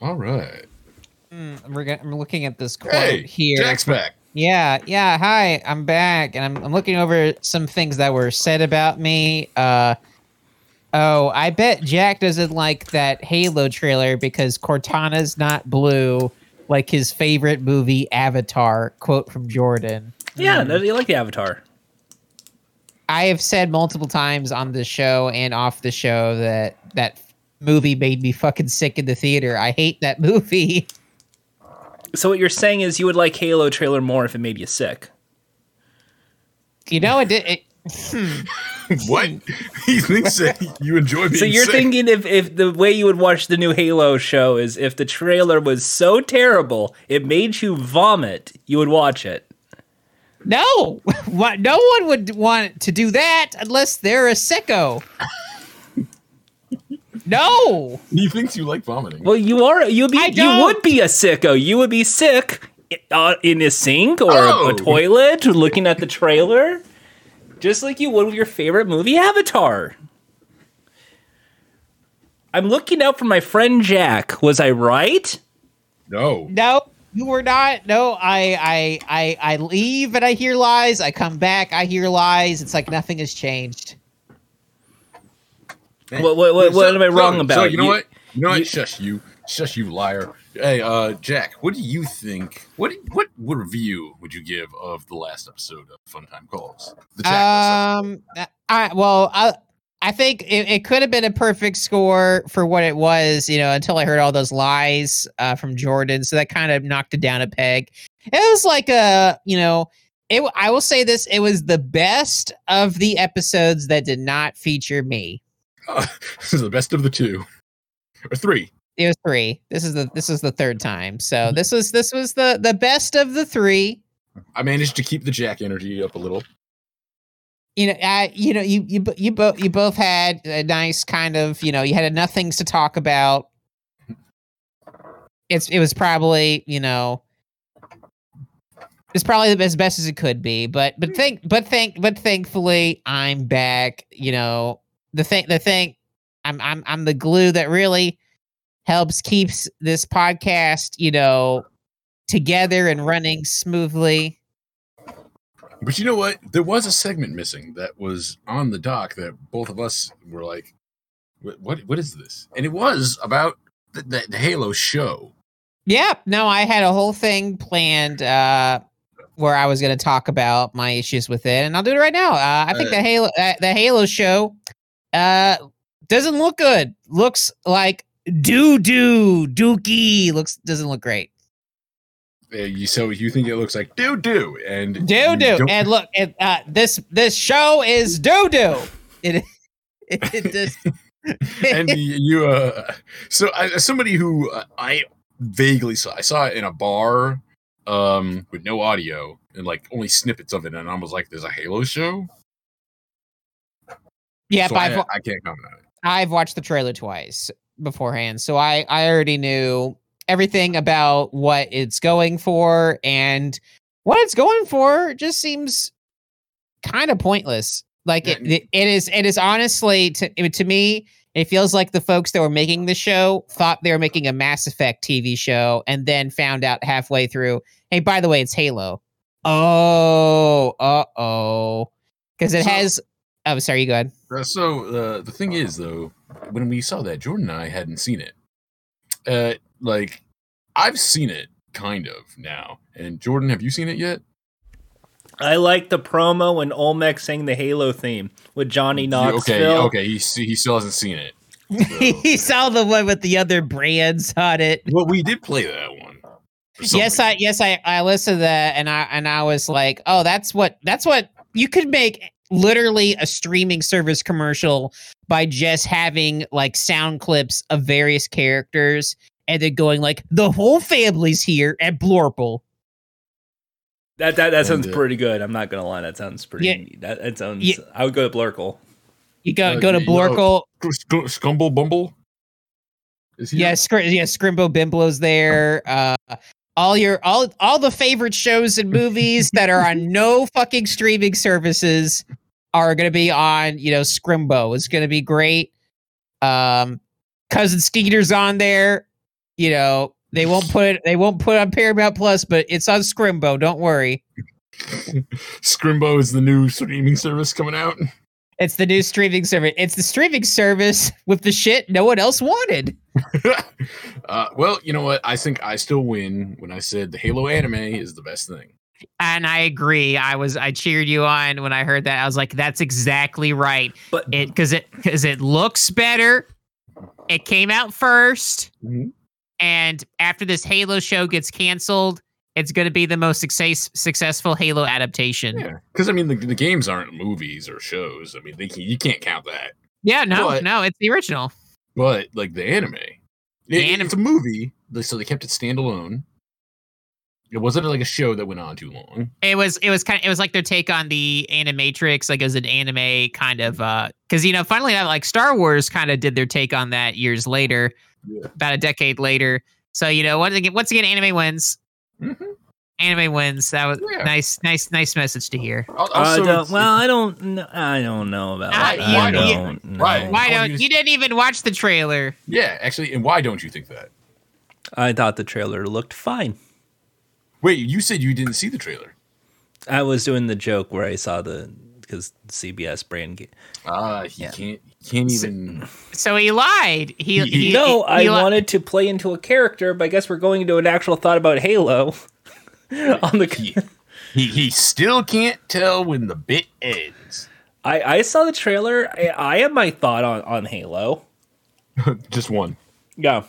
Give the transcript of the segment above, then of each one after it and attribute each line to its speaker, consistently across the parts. Speaker 1: All right.
Speaker 2: Mm, we're gonna, I'm looking at this quote
Speaker 1: Hey,
Speaker 2: here.
Speaker 1: Jack's back.
Speaker 2: Yeah, yeah. Hi, I'm back, and I'm, I'm looking over some things that were said about me. Uh, oh, I bet Jack doesn't like that Halo trailer because Cortana's not blue, like his favorite movie, Avatar. Quote from Jordan.
Speaker 3: Yeah,
Speaker 1: Mm-hmm.
Speaker 3: no, you like the Avatar.
Speaker 2: I have said multiple times on the show and off the show that that movie made me fucking sick in the theater. I hate that movie.
Speaker 3: So what you're saying is you would like Halo trailer more if it made you sick.
Speaker 2: You know, it did. It,
Speaker 1: What? he thinks that you enjoy being
Speaker 3: So you're
Speaker 1: sick.
Speaker 3: thinking if, if the way you would watch the new Halo show is if the trailer was so terrible it made you vomit, you would watch it.
Speaker 2: No, what? No one would want to do that unless they're a sicko. no,
Speaker 1: he thinks you like vomiting.
Speaker 3: Well, you are you'd be
Speaker 2: I
Speaker 3: you
Speaker 2: don't.
Speaker 3: would be a sicko. You would be sick uh, in a sink or a,
Speaker 1: Oh.
Speaker 3: a toilet looking at the trailer, just like you would with your favorite movie, Avatar. I'm looking out for my friend Jack. Was I right?
Speaker 1: no.
Speaker 2: no, you were not. No, I, I, I, I leave and I hear lies. I come back. I hear lies. It's like nothing has changed.
Speaker 3: What, what, what, what am I wrong about?
Speaker 1: So you know
Speaker 3: You-
Speaker 1: what? You know what?
Speaker 3: you-
Speaker 1: shush you, shush you, liar. Hey, uh, Jack, what do you think? What what what review would you give of the last episode of Funtime Calls? The Jack
Speaker 3: Uh,
Speaker 1: episode.
Speaker 2: Um, I well, I I think it, it could have been a perfect score for what it was, you know, until I heard all those lies uh, from Jordan. So that kind of knocked it down a peg. It was like a, you know, it. w- I will say this: it was the best of the episodes that did not feature me.
Speaker 1: this is the best of the two or three.
Speaker 2: It was three. This is the this is the third time. So this was this was the the best of the three.
Speaker 1: I managed to keep the Jack energy up a little.
Speaker 2: you know, uh, you know, you you bo- you both you both had a nice kind of, you know, you had enough things to talk about. It's it was probably you know, it's probably the- as best as it could be, but but think but think but thankfully I'm back. You know, the thing the thing, I'm I'm I'm the glue that really helps keeps this podcast, you know, together and running smoothly.
Speaker 1: But you know what? There was a segment missing that was on the dock that both of us were like, "What? What, what is this?" And it was about the, the, the Halo show.
Speaker 2: Yep. No, I had a whole thing planned uh, where I was going to talk about my issues with it, and I'll do it right now. Uh, I think
Speaker 1: Uh,
Speaker 2: the Halo, uh, the Halo show, uh, doesn't look good. Looks like doo doo dookie. Looks doesn't look great.
Speaker 1: Uh, you, so you think it looks like doo doo and
Speaker 2: Doo
Speaker 1: you
Speaker 2: doo.
Speaker 1: don't-
Speaker 2: And look, it, uh, this this show is doo doo. It, it, it just.
Speaker 1: and you- you uh so I, as somebody who uh, i vaguely saw i saw it in a bar um with no audio and like only snippets of it and i was like there's a halo show
Speaker 2: yep,
Speaker 1: so
Speaker 2: I've,
Speaker 1: I, I can't comment on it
Speaker 2: I've watched the trailer twice beforehand, so I I already knew everything about what it's going for and what it's going for just seems kind of pointless. Like it, it it is it is honestly to to me it feels like the folks that were making the show thought they were making a Mass Effect TV show and then found out halfway through, hey, by the way, it's Halo. Oh, uh oh, because it
Speaker 1: So-
Speaker 2: has. Oh, sorry, you go ahead.
Speaker 1: Uh, so uh, the thing is though when we saw that jordan and i hadn't seen it uh like i've seen it kind of now and jordan have you seen it yet
Speaker 3: I like the promo when Olmec sang the Halo theme with Johnny
Speaker 1: You-
Speaker 3: Knoxville.
Speaker 1: okay okay he, s- he still hasn't seen it So-
Speaker 2: he saw the one with the other brands on it.
Speaker 1: well we did play that one for some
Speaker 2: yes,
Speaker 1: reason.
Speaker 2: I yes I I listened to that and I and I was like, oh, that's what that's what you could make literally a streaming service commercial by just having like sound clips of various characters and then going like the whole family's here at Blorple.
Speaker 3: That, that that sounds
Speaker 1: And, uh,
Speaker 3: pretty good. I'm not gonna lie, that sounds pretty.
Speaker 2: Yeah.
Speaker 3: That, that sounds.
Speaker 2: Yeah.
Speaker 3: I would go to Blurkle.
Speaker 2: You go
Speaker 1: Uh,
Speaker 2: go to
Speaker 1: yeah, you know-
Speaker 2: Blorkle.
Speaker 1: Sc- Scumble Bumble? Is he?
Speaker 2: Yeah, Scr- yeah, Scrimbo Bimblo's there. Uh, all your all all the favorite shows and movies that are on no fucking streaming services are going to be on. You know, Scrimbo It's going to be great. Um, cousin Skeeter's on there. you know they won't put it they won't put it on Paramount Plus, but it's on Scrimbo. Don't worry,
Speaker 1: Scrimbo is the new streaming service coming out.
Speaker 2: it's the new streaming service. It's the streaming service with the shit no one else wanted.
Speaker 1: uh, well, you know what? I think I still win when I said the Halo anime is the best thing.
Speaker 2: And I agree. I was I cheered you on when I heard that. I was like, that's exactly right.
Speaker 3: But
Speaker 2: It because it because it looks better. It came out 1st
Speaker 1: Mhm.
Speaker 2: and after this Halo show gets canceled, it's going to be the most success, successful Halo adaptation. Yeah,
Speaker 1: Yeah, because I mean, the, the games aren't movies or shows. I mean, they can, you can't count that.
Speaker 2: no,
Speaker 1: But-
Speaker 2: no, it's the original.
Speaker 1: But like the anime, it-
Speaker 2: The
Speaker 1: it-
Speaker 2: anim-
Speaker 1: it's a movie, like, so they kept it standalone. It wasn't like a show that went on too long.
Speaker 2: It was it was kind of it was like their take on the Animatrix, like it was an anime kind of uh because you know finally enough, like Star Wars kind of did their take on that years later,
Speaker 1: Yeah.
Speaker 2: about a decade later. So you know once again once again anime wins,
Speaker 1: Mhm.
Speaker 2: anime wins. That was
Speaker 1: Yeah.
Speaker 2: nice, nice, nice message to hear.
Speaker 1: Al-
Speaker 3: I
Speaker 1: Oh, also,
Speaker 3: don't,
Speaker 1: it's-
Speaker 3: well, I don't. kn- I don't know about.
Speaker 2: Ah,
Speaker 3: that.
Speaker 2: yeah,
Speaker 3: I
Speaker 2: yeah.
Speaker 3: don't know.
Speaker 1: Right.
Speaker 2: Why
Speaker 1: I'll
Speaker 2: don't
Speaker 1: use-
Speaker 2: you didn't even watch the trailer?
Speaker 1: yeah, actually, and why don't you think that?
Speaker 3: I thought the trailer looked fine.
Speaker 1: Wait, you said you didn't see the trailer.
Speaker 3: I was doing the joke where I saw the because CBS brand. Ga-
Speaker 1: Ah, he
Speaker 3: Yeah.
Speaker 1: can't, he can't even.
Speaker 2: So he lied. He,
Speaker 1: He-
Speaker 2: he
Speaker 3: no,
Speaker 2: he- he
Speaker 3: I
Speaker 2: li-
Speaker 3: wanted to play into a character, but I guess we're going into an actual thought about Halo. on the,
Speaker 1: he, he he still can't tell when the bit ends.
Speaker 3: I, I saw the trailer. I, I have my thought on on Halo.
Speaker 1: Just one.
Speaker 3: Yeah.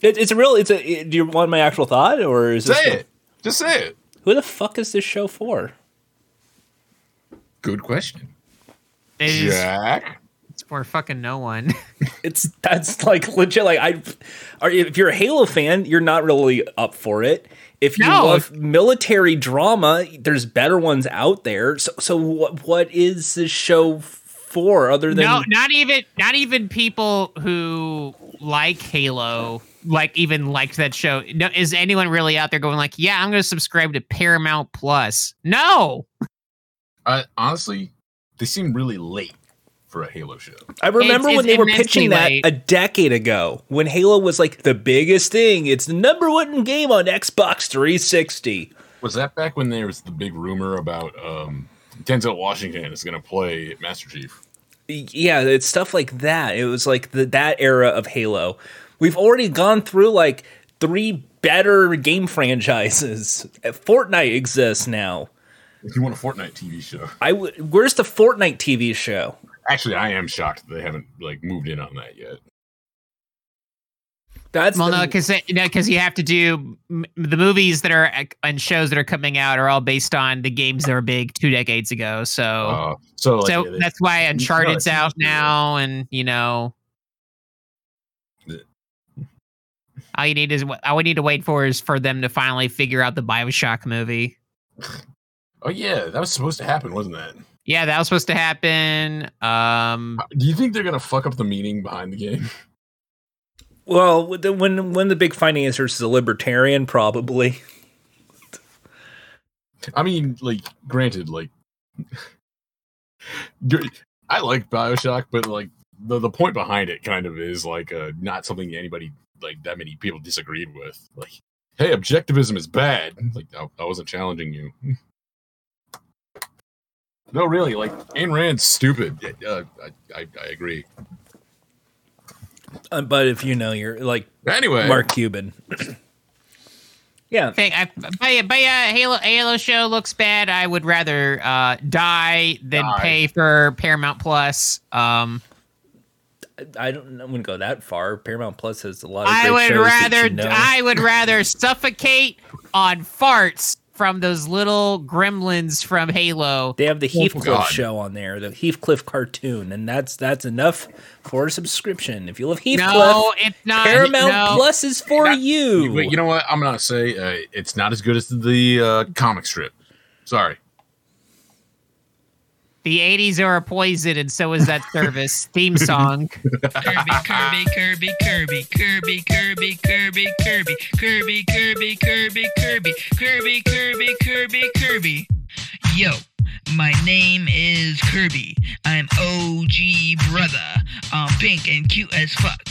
Speaker 3: It, it's a real. It's a. it- do you want my actual thought, or is this
Speaker 1: Say
Speaker 3: the-
Speaker 1: it. Just say it.
Speaker 3: who the fuck is this show for?
Speaker 1: Good question.
Speaker 2: It is-
Speaker 1: Jack.
Speaker 2: It's for fucking no one.
Speaker 3: It's that's like legit. Like I, are, if you're a Halo fan, you're not really up for it. If you
Speaker 2: No.
Speaker 3: love military drama, there's better ones out there. So, so what? What is this show for? Other than
Speaker 2: no, not even not even people who like Halo, like even liked that show. No, is anyone really out there going like, yeah, I'm going to subscribe to Paramount Plus? No,
Speaker 1: I, honestly, they seem really late for a Halo show.
Speaker 3: I remember
Speaker 2: It's-
Speaker 3: when
Speaker 2: it's
Speaker 3: they were
Speaker 2: immensely
Speaker 3: pitching that
Speaker 2: late.
Speaker 3: a decade ago when Halo was like the biggest thing. It's the number one game on Xbox 360.
Speaker 1: Was that back when there was the big rumor about um, Denzel Washington is going to play Master Chief?
Speaker 3: yeah, it's stuff like that. It was like the, that era of Halo. We've already gone through like three better game franchises. Fortnite exists now.
Speaker 1: If you want a Fortnite TV show,
Speaker 3: I w- where's the Fortnite TV show?
Speaker 1: actually, I am shocked that they haven't like moved in on that yet.
Speaker 3: That's
Speaker 2: well,
Speaker 3: the-
Speaker 2: no, because because you have to do m- the movies that are and shows that are coming out are all based on the games that were big two decades ago. So.
Speaker 1: Uh, so, like,
Speaker 2: Oh. so
Speaker 1: yeah, they-
Speaker 2: that's why
Speaker 1: no, it's
Speaker 2: Uncharted's
Speaker 1: not
Speaker 2: out
Speaker 1: true.
Speaker 2: now, and you know,
Speaker 1: Yeah.
Speaker 2: all you need is all we need to wait for is for them to finally figure out the Bioshock movie.
Speaker 1: oh yeah, that was supposed to happen, wasn't that?
Speaker 2: Yeah, that was supposed to happen. Um,
Speaker 1: Do you think they're going to fuck up the meaning behind the game?
Speaker 3: well, with the- when when the big financiers is a libertarian, probably.
Speaker 1: I mean, like, granted, like, you're- I like Bioshock, but like the the point behind it kind of is like uh, not something anybody like that many people disagreed with. Like, hey, objectivism is bad. Like, I, I wasn't challenging you. No, really, like Ayn Rand's stupid. Uh, I, I I agree.
Speaker 3: Uh, but if you know, you're like
Speaker 1: Anyway,
Speaker 3: Mark Cuban. yeah,
Speaker 2: thing, I, but yeah, but yeah, Halo Halo show looks bad. I would rather uh, die than
Speaker 1: Die.
Speaker 2: pay for Paramount Plus. Um,
Speaker 3: I don't. I wouldn't go that far. Paramount Plus has a lot. Of
Speaker 2: I
Speaker 3: great
Speaker 2: would
Speaker 3: shows that
Speaker 2: rather
Speaker 3: you know.
Speaker 2: I would rather suffocate on farts from those little gremlins from Halo.
Speaker 3: They have the Heathcliff
Speaker 1: God.
Speaker 3: show on there, the Heathcliff cartoon, and that's that's enough for a subscription. If you love Heathcliff,
Speaker 2: No, it's not
Speaker 3: Paramount
Speaker 2: no.
Speaker 3: Plus is for
Speaker 1: Yeah.
Speaker 3: you.
Speaker 1: Wait, you know what? I'm gonna say uh, it's not as good as the uh, comic strip. Sorry.
Speaker 2: The '80s are a poison, and so is that service theme song.
Speaker 4: Kirby, Kirby, Kirby, Kirby, Kirby, Kirby, Kirby, Kirby, Kirby, Kirby, Kirby, Kirby, Kirby, Kirby, Kirby, Kirby. Yo, My name is Kirby. I'm OG brother. I'm pink and cute as fuck.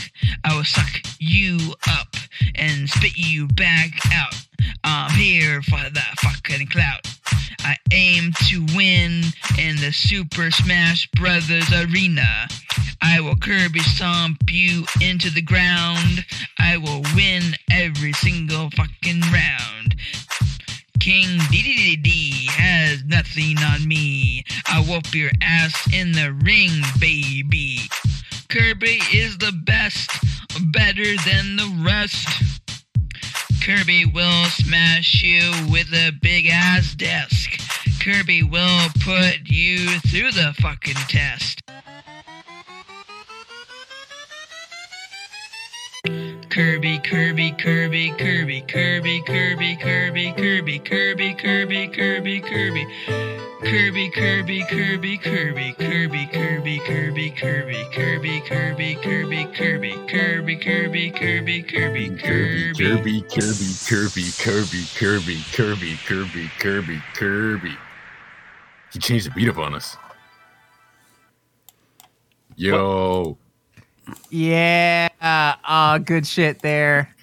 Speaker 4: I will suck you up and spit you back out. I'm here for the fucking clout. I aim to win in the Super Smash Brothers arena. I will Kirby stomp you into the ground. I will win every single fucking round. King DDDD has nothing on me. I whoop your ass in the ring, baby. Kirby is the best, better than the rest. Kirby will smash you with a big ass desk. Kirby will put you through the fucking test. Kirby, Kirby, Kirby, Kirby, Kirby, Kirby, Kirby, Kirby, Kirby, Kirby, Kirby, Kirby. Kirby, Kirby, Kirby, Kirby, Kirby, Kirby, Kirby, Kirby, Kirby, Kirby, Kirby, Kirby, Kirby, Kirby, Kirby, Kirby,
Speaker 1: Kirby, Kirby, Kirby, Kirby, Kirby, Kirby, Kirby, Kirby, Kirby, Kirby. He changed the beat up on us. Yo.
Speaker 2: Yeah. Uh, good shit there.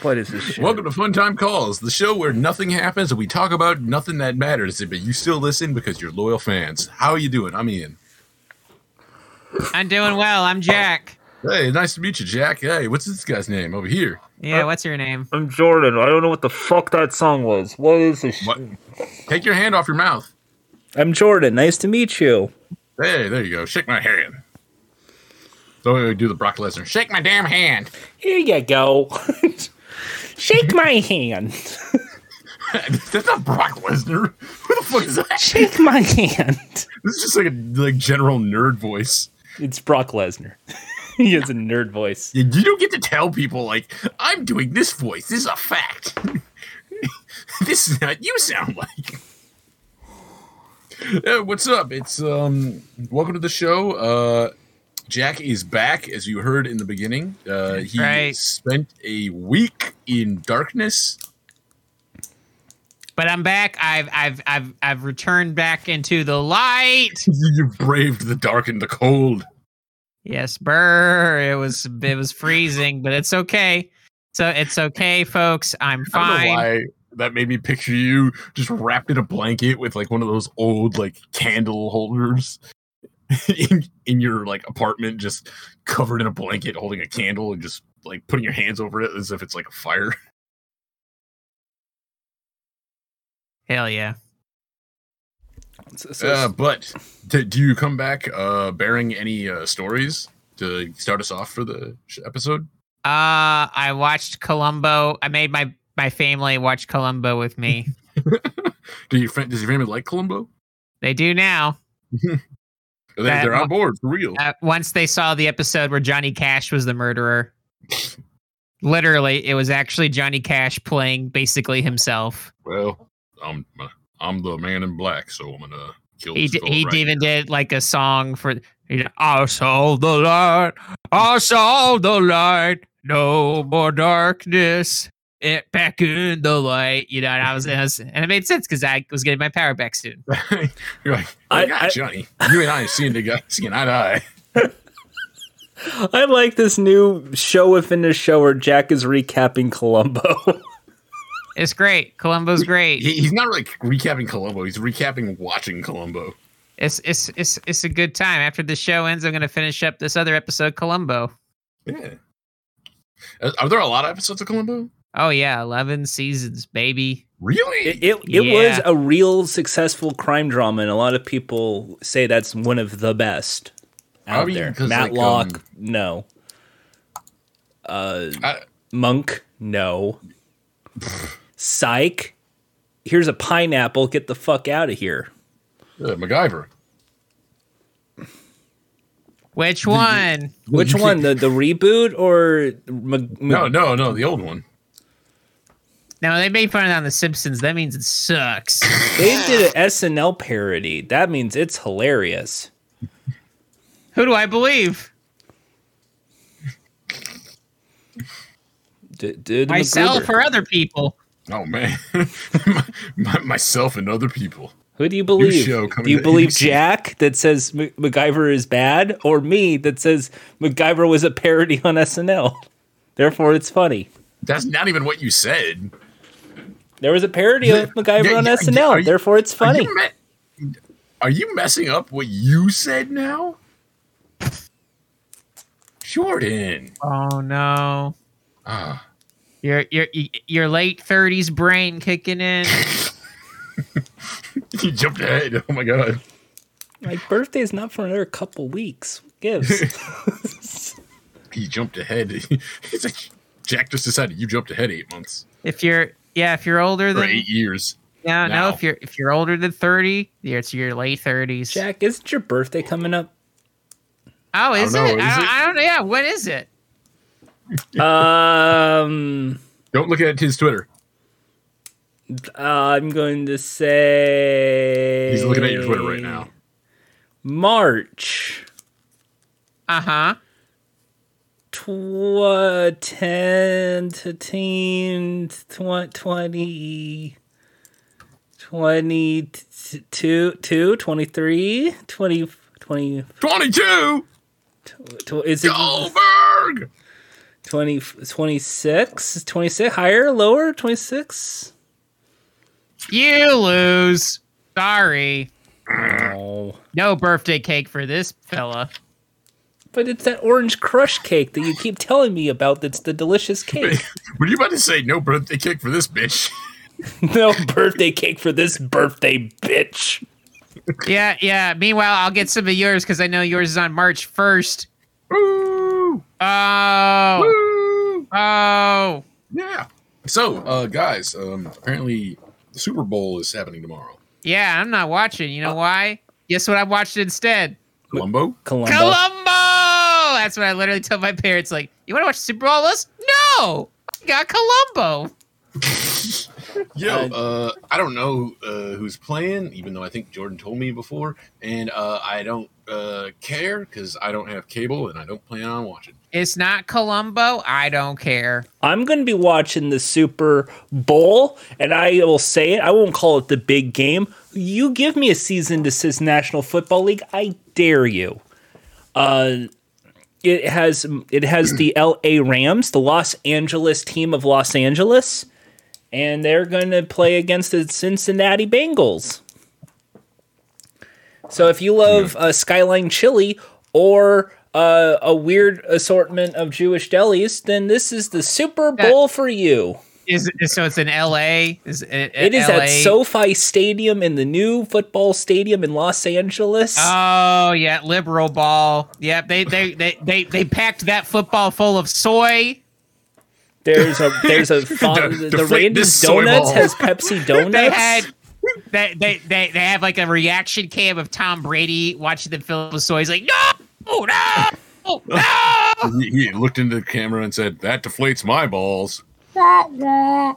Speaker 3: What is this shit?
Speaker 1: Welcome to Fun Time Calls, the show where nothing happens and we talk about nothing that matters, but you still listen because you're loyal fans. How are you doing? I'm Ian.
Speaker 2: I'm doing well. I'm Jack.
Speaker 1: Hey, nice to meet you, Jack. Hey, what's this guy's name over here?
Speaker 2: Yeah, what's your name?
Speaker 3: I'm Jordan. I don't know what the fuck that song was. What is this?
Speaker 1: What? Take your hand off your mouth.
Speaker 3: I'm Jordan. Nice to meet you.
Speaker 1: Hey, there you go. Shake my hand. So we would do the Brock Lesnar. Shake my damn hand.
Speaker 3: Here you go. Shake my hand.
Speaker 1: That's not Brock Lesnar. Who the fuck is that?
Speaker 3: Shake my hand.
Speaker 1: This is just like a like general nerd voice.
Speaker 3: It's Brock Lesnar. he has a nerd voice.
Speaker 1: You you don't get to tell people like I'm doing this voice. This is a fact. this is not you sound like. Hey, what's up? It's um welcome to the show. Uh Jack is back as you heard in the beginning. Uh he
Speaker 2: Right.
Speaker 1: spent a week in darkness.
Speaker 2: But I'm back. I've I've I've I've returned back into the light.
Speaker 1: you braved the dark and the cold.
Speaker 2: Yes, burr. It was it was freezing, but it's okay. So it's okay, folks. I'm
Speaker 1: I don't know
Speaker 2: fine.
Speaker 1: why that made me picture you just wrapped in a blanket with like one of those old like candle holders in in your like apartment, just covered in a blanket, holding a candle and just like putting your hands over it as if it's like a fire.
Speaker 2: Hell yeah.
Speaker 3: So- so-
Speaker 1: Uh, but d do you come back uh, bearing any uh, stories to start us off for the sh- episode?
Speaker 2: Uh I watched Columbo. I made my my family watch Columbo with me.
Speaker 1: Do your fa- does your family like Columbo?
Speaker 2: they do now.
Speaker 1: They,
Speaker 2: That
Speaker 1: they're on
Speaker 2: one-
Speaker 1: board for real.
Speaker 2: Uh, once they saw the episode where Johnny Cash was the murderer. Literally, it was actually Johnny Cash playing basically himself.
Speaker 1: Well, I'm uh, I'm the man in black, so I'm gonna kill.
Speaker 2: He
Speaker 1: this
Speaker 2: d-
Speaker 1: fella
Speaker 2: he
Speaker 1: right
Speaker 2: even did like a song for he did, I saw the light, I saw the light, no more darkness. It back in the light, you know, and I was, and, I was, and it made sense because I was getting my power back soon.
Speaker 1: You're like,
Speaker 3: I-
Speaker 1: I, got
Speaker 3: I-
Speaker 1: Johnny. You and I seeing the guy seeing eye to eye.
Speaker 3: I like this new show within the show where Jack is recapping Columbo.
Speaker 2: It's great. Columbo's great.
Speaker 1: He, he's not like recapping Columbo. He's recapping watching Columbo.
Speaker 2: It's it's it's it's a good time. After the show ends, I'm gonna finish up this other episode, Columbo.
Speaker 1: Yeah. Are- Are there a lot of episodes of Columbo?
Speaker 2: Oh yeah, eleven seasons, baby.
Speaker 1: Really?
Speaker 3: It it, it
Speaker 2: Yeah.
Speaker 3: was a real successful crime drama, and a lot of people say that's one of the best
Speaker 1: I
Speaker 3: out
Speaker 1: mean,
Speaker 3: there.
Speaker 1: 'cause, like,
Speaker 3: Matlock,
Speaker 1: um,
Speaker 3: no. Uh,
Speaker 1: I-
Speaker 3: Monk, no. Psych, here's a pineapple. Get the fuck out of here.
Speaker 1: Uh, MacGyver.
Speaker 2: Which one?
Speaker 3: Which one? The the reboot or Mag-
Speaker 1: No, no, no. The old one.
Speaker 2: No, they made fun of it on The Simpsons. That means it sucks.
Speaker 3: they did an SNL parody? That means it's hilarious.
Speaker 2: Who do I believe?
Speaker 3: D- did
Speaker 2: Myself
Speaker 3: MacGruber.
Speaker 2: or other people?
Speaker 1: Oh man, My- my, myself and other people.
Speaker 3: Who do you believe?
Speaker 1: show
Speaker 3: Do
Speaker 1: coming
Speaker 3: you
Speaker 1: to
Speaker 3: believe
Speaker 1: ABC.
Speaker 3: Jack that says Ma- MacGyver is bad, or me that says MacGyver was a parody on SNL? Therefore, it's funny.
Speaker 1: That's not even what you said.
Speaker 3: There was a parody of MacGyver
Speaker 1: yeah,
Speaker 3: on
Speaker 1: yeah,
Speaker 3: SNL.
Speaker 1: are you-
Speaker 3: therefore, it's
Speaker 1: Are
Speaker 3: funny.
Speaker 1: you, me- are you messing up what you said now? Jordan.
Speaker 2: Oh no.
Speaker 1: Ah.
Speaker 2: Your your your late thirties brain kicking in.
Speaker 1: You jumped ahead. Oh my god.
Speaker 3: My birthday's not for another couple weeks. What Gives.
Speaker 1: He jumped ahead. It's like Jack just decided you jumped ahead eight months
Speaker 2: if you're yeah, if you're older
Speaker 1: or
Speaker 2: than
Speaker 1: eight years.
Speaker 2: no, no,
Speaker 1: now.
Speaker 2: if you're if you're older than thirty, yeah, it's your late thirties.
Speaker 3: Jack, isn't your birthday coming up?
Speaker 2: Oh, is,
Speaker 1: don't
Speaker 2: it?
Speaker 1: know,
Speaker 2: I,
Speaker 1: is
Speaker 2: don't,
Speaker 1: it?
Speaker 2: I don't. Yeah, what is it?
Speaker 3: Um,
Speaker 1: Don't look at his Twitter.
Speaker 3: uh, I'm going to say
Speaker 1: He's looking at your Twitter right now.
Speaker 3: March
Speaker 2: Uh huh.
Speaker 3: tw- 10 to 10 tw- 20 22 2 23 20 20
Speaker 1: Twenty-two.
Speaker 3: tw- is it
Speaker 1: Goldberg.
Speaker 3: 20 26 Is 26 higher lower 26
Speaker 2: You lose. Sorry.
Speaker 3: oh
Speaker 2: No birthday cake for this fella.
Speaker 3: but it's that orange crush cake that you keep telling me about that's the delicious cake
Speaker 1: Were you about to say no birthday cake for this bitch?
Speaker 3: no birthday cake for this birthday bitch
Speaker 2: Yeah, yeah. Meanwhile, I'll get some of yours because I know yours is on March first.
Speaker 1: Woo!
Speaker 2: Oh,
Speaker 1: Woo!
Speaker 2: oh.
Speaker 1: Yeah. So, uh, guys, um, apparently the Super Bowl is happening tomorrow.
Speaker 2: Yeah, I'm not watching. You
Speaker 3: Uh,
Speaker 2: know why? Guess what I watched instead?
Speaker 1: Columbo?
Speaker 3: Columbo.
Speaker 2: Columbo! That's what I literally told my parents, like, you want to watch Super Bowl with us? No! I got Columbo.
Speaker 1: Yo, uh, I don't know uh, who's playing, even though I think Jordan told me before, and uh, I don't uh, care because I don't have cable and I don't plan on watching.
Speaker 2: It's not Columbo. I don't care.
Speaker 3: I'm going to be watching the Super Bowl, and I will say it. I won't call it the big game. You give me a season to this National Football League, I dare you. Uh, it has it has the L.A. Rams, the Los Angeles team of Los Angeles, and they're going to play against the Cincinnati Bengals. So if you love uh, Skyline Chili or uh, a weird assortment of Jewish delis, then this is the Super
Speaker 2: That-
Speaker 3: Bowl for you.
Speaker 2: Is so it's in L.A. Is it, uh,
Speaker 3: It is
Speaker 2: LA?
Speaker 3: at SoFi Stadium in the new football stadium in Los Angeles.
Speaker 1: Uh,
Speaker 2: Oh yeah, liberal ball. Yep, they they they they, they packed that football full of soy.
Speaker 3: there's a there's a fa-
Speaker 1: The-
Speaker 3: the,
Speaker 1: the fl-
Speaker 3: Randy's
Speaker 1: this soy
Speaker 3: Donuts
Speaker 1: ball.
Speaker 3: has Pepsi donuts.
Speaker 2: They had they they they, they have like a reaction cam of Tom Brady watching them fill up with soy. He's like, no, no, no.
Speaker 1: He, he looked into the camera and said, That deflates my balls.
Speaker 3: I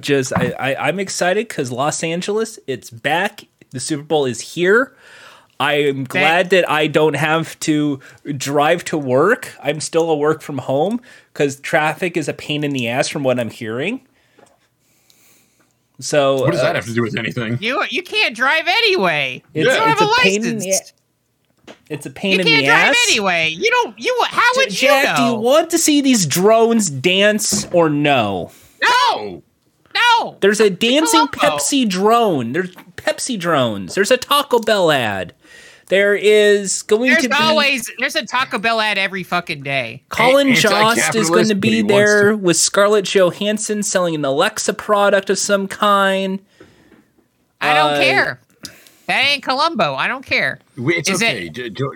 Speaker 3: just I, I I'm excited because Los Angeles, it's back. The Super Bowl is here. I am glad that I don't have to drive to work. I'm still a work from home because traffic is a pain in the ass from what I'm hearing. So
Speaker 1: What does
Speaker 3: uh,
Speaker 1: that have to do with anything?
Speaker 2: You you can't drive anyway. you
Speaker 3: It's,
Speaker 2: don't
Speaker 3: it's
Speaker 2: have a,
Speaker 3: a pain in the,
Speaker 2: license.
Speaker 3: it's a pain
Speaker 2: You
Speaker 3: in
Speaker 2: can't
Speaker 3: the
Speaker 2: drive
Speaker 3: ass.
Speaker 2: anyway. You don't. You how would you
Speaker 3: Jack, do
Speaker 2: know?
Speaker 3: you want to see these drones dance or no?
Speaker 1: No!
Speaker 2: no.
Speaker 3: There's a dancing
Speaker 2: Colombo.
Speaker 3: Pepsi drone. There's Pepsi drones. There's a Taco Bell ad. There is going
Speaker 2: There's
Speaker 3: to be
Speaker 2: always there's a Taco Bell ad every fucking day.
Speaker 3: Colin
Speaker 1: An-
Speaker 3: Jost is
Speaker 1: anti-capitalist,
Speaker 3: going to
Speaker 1: but he
Speaker 3: be
Speaker 1: wants
Speaker 3: there with Scarlett Johansson selling an Alexa product of some kind.
Speaker 2: I don't
Speaker 3: Uh,
Speaker 2: care. That ain't Columbo. I don't care.
Speaker 1: Wait, It's
Speaker 2: Is it-
Speaker 1: okay. Jo- Jo-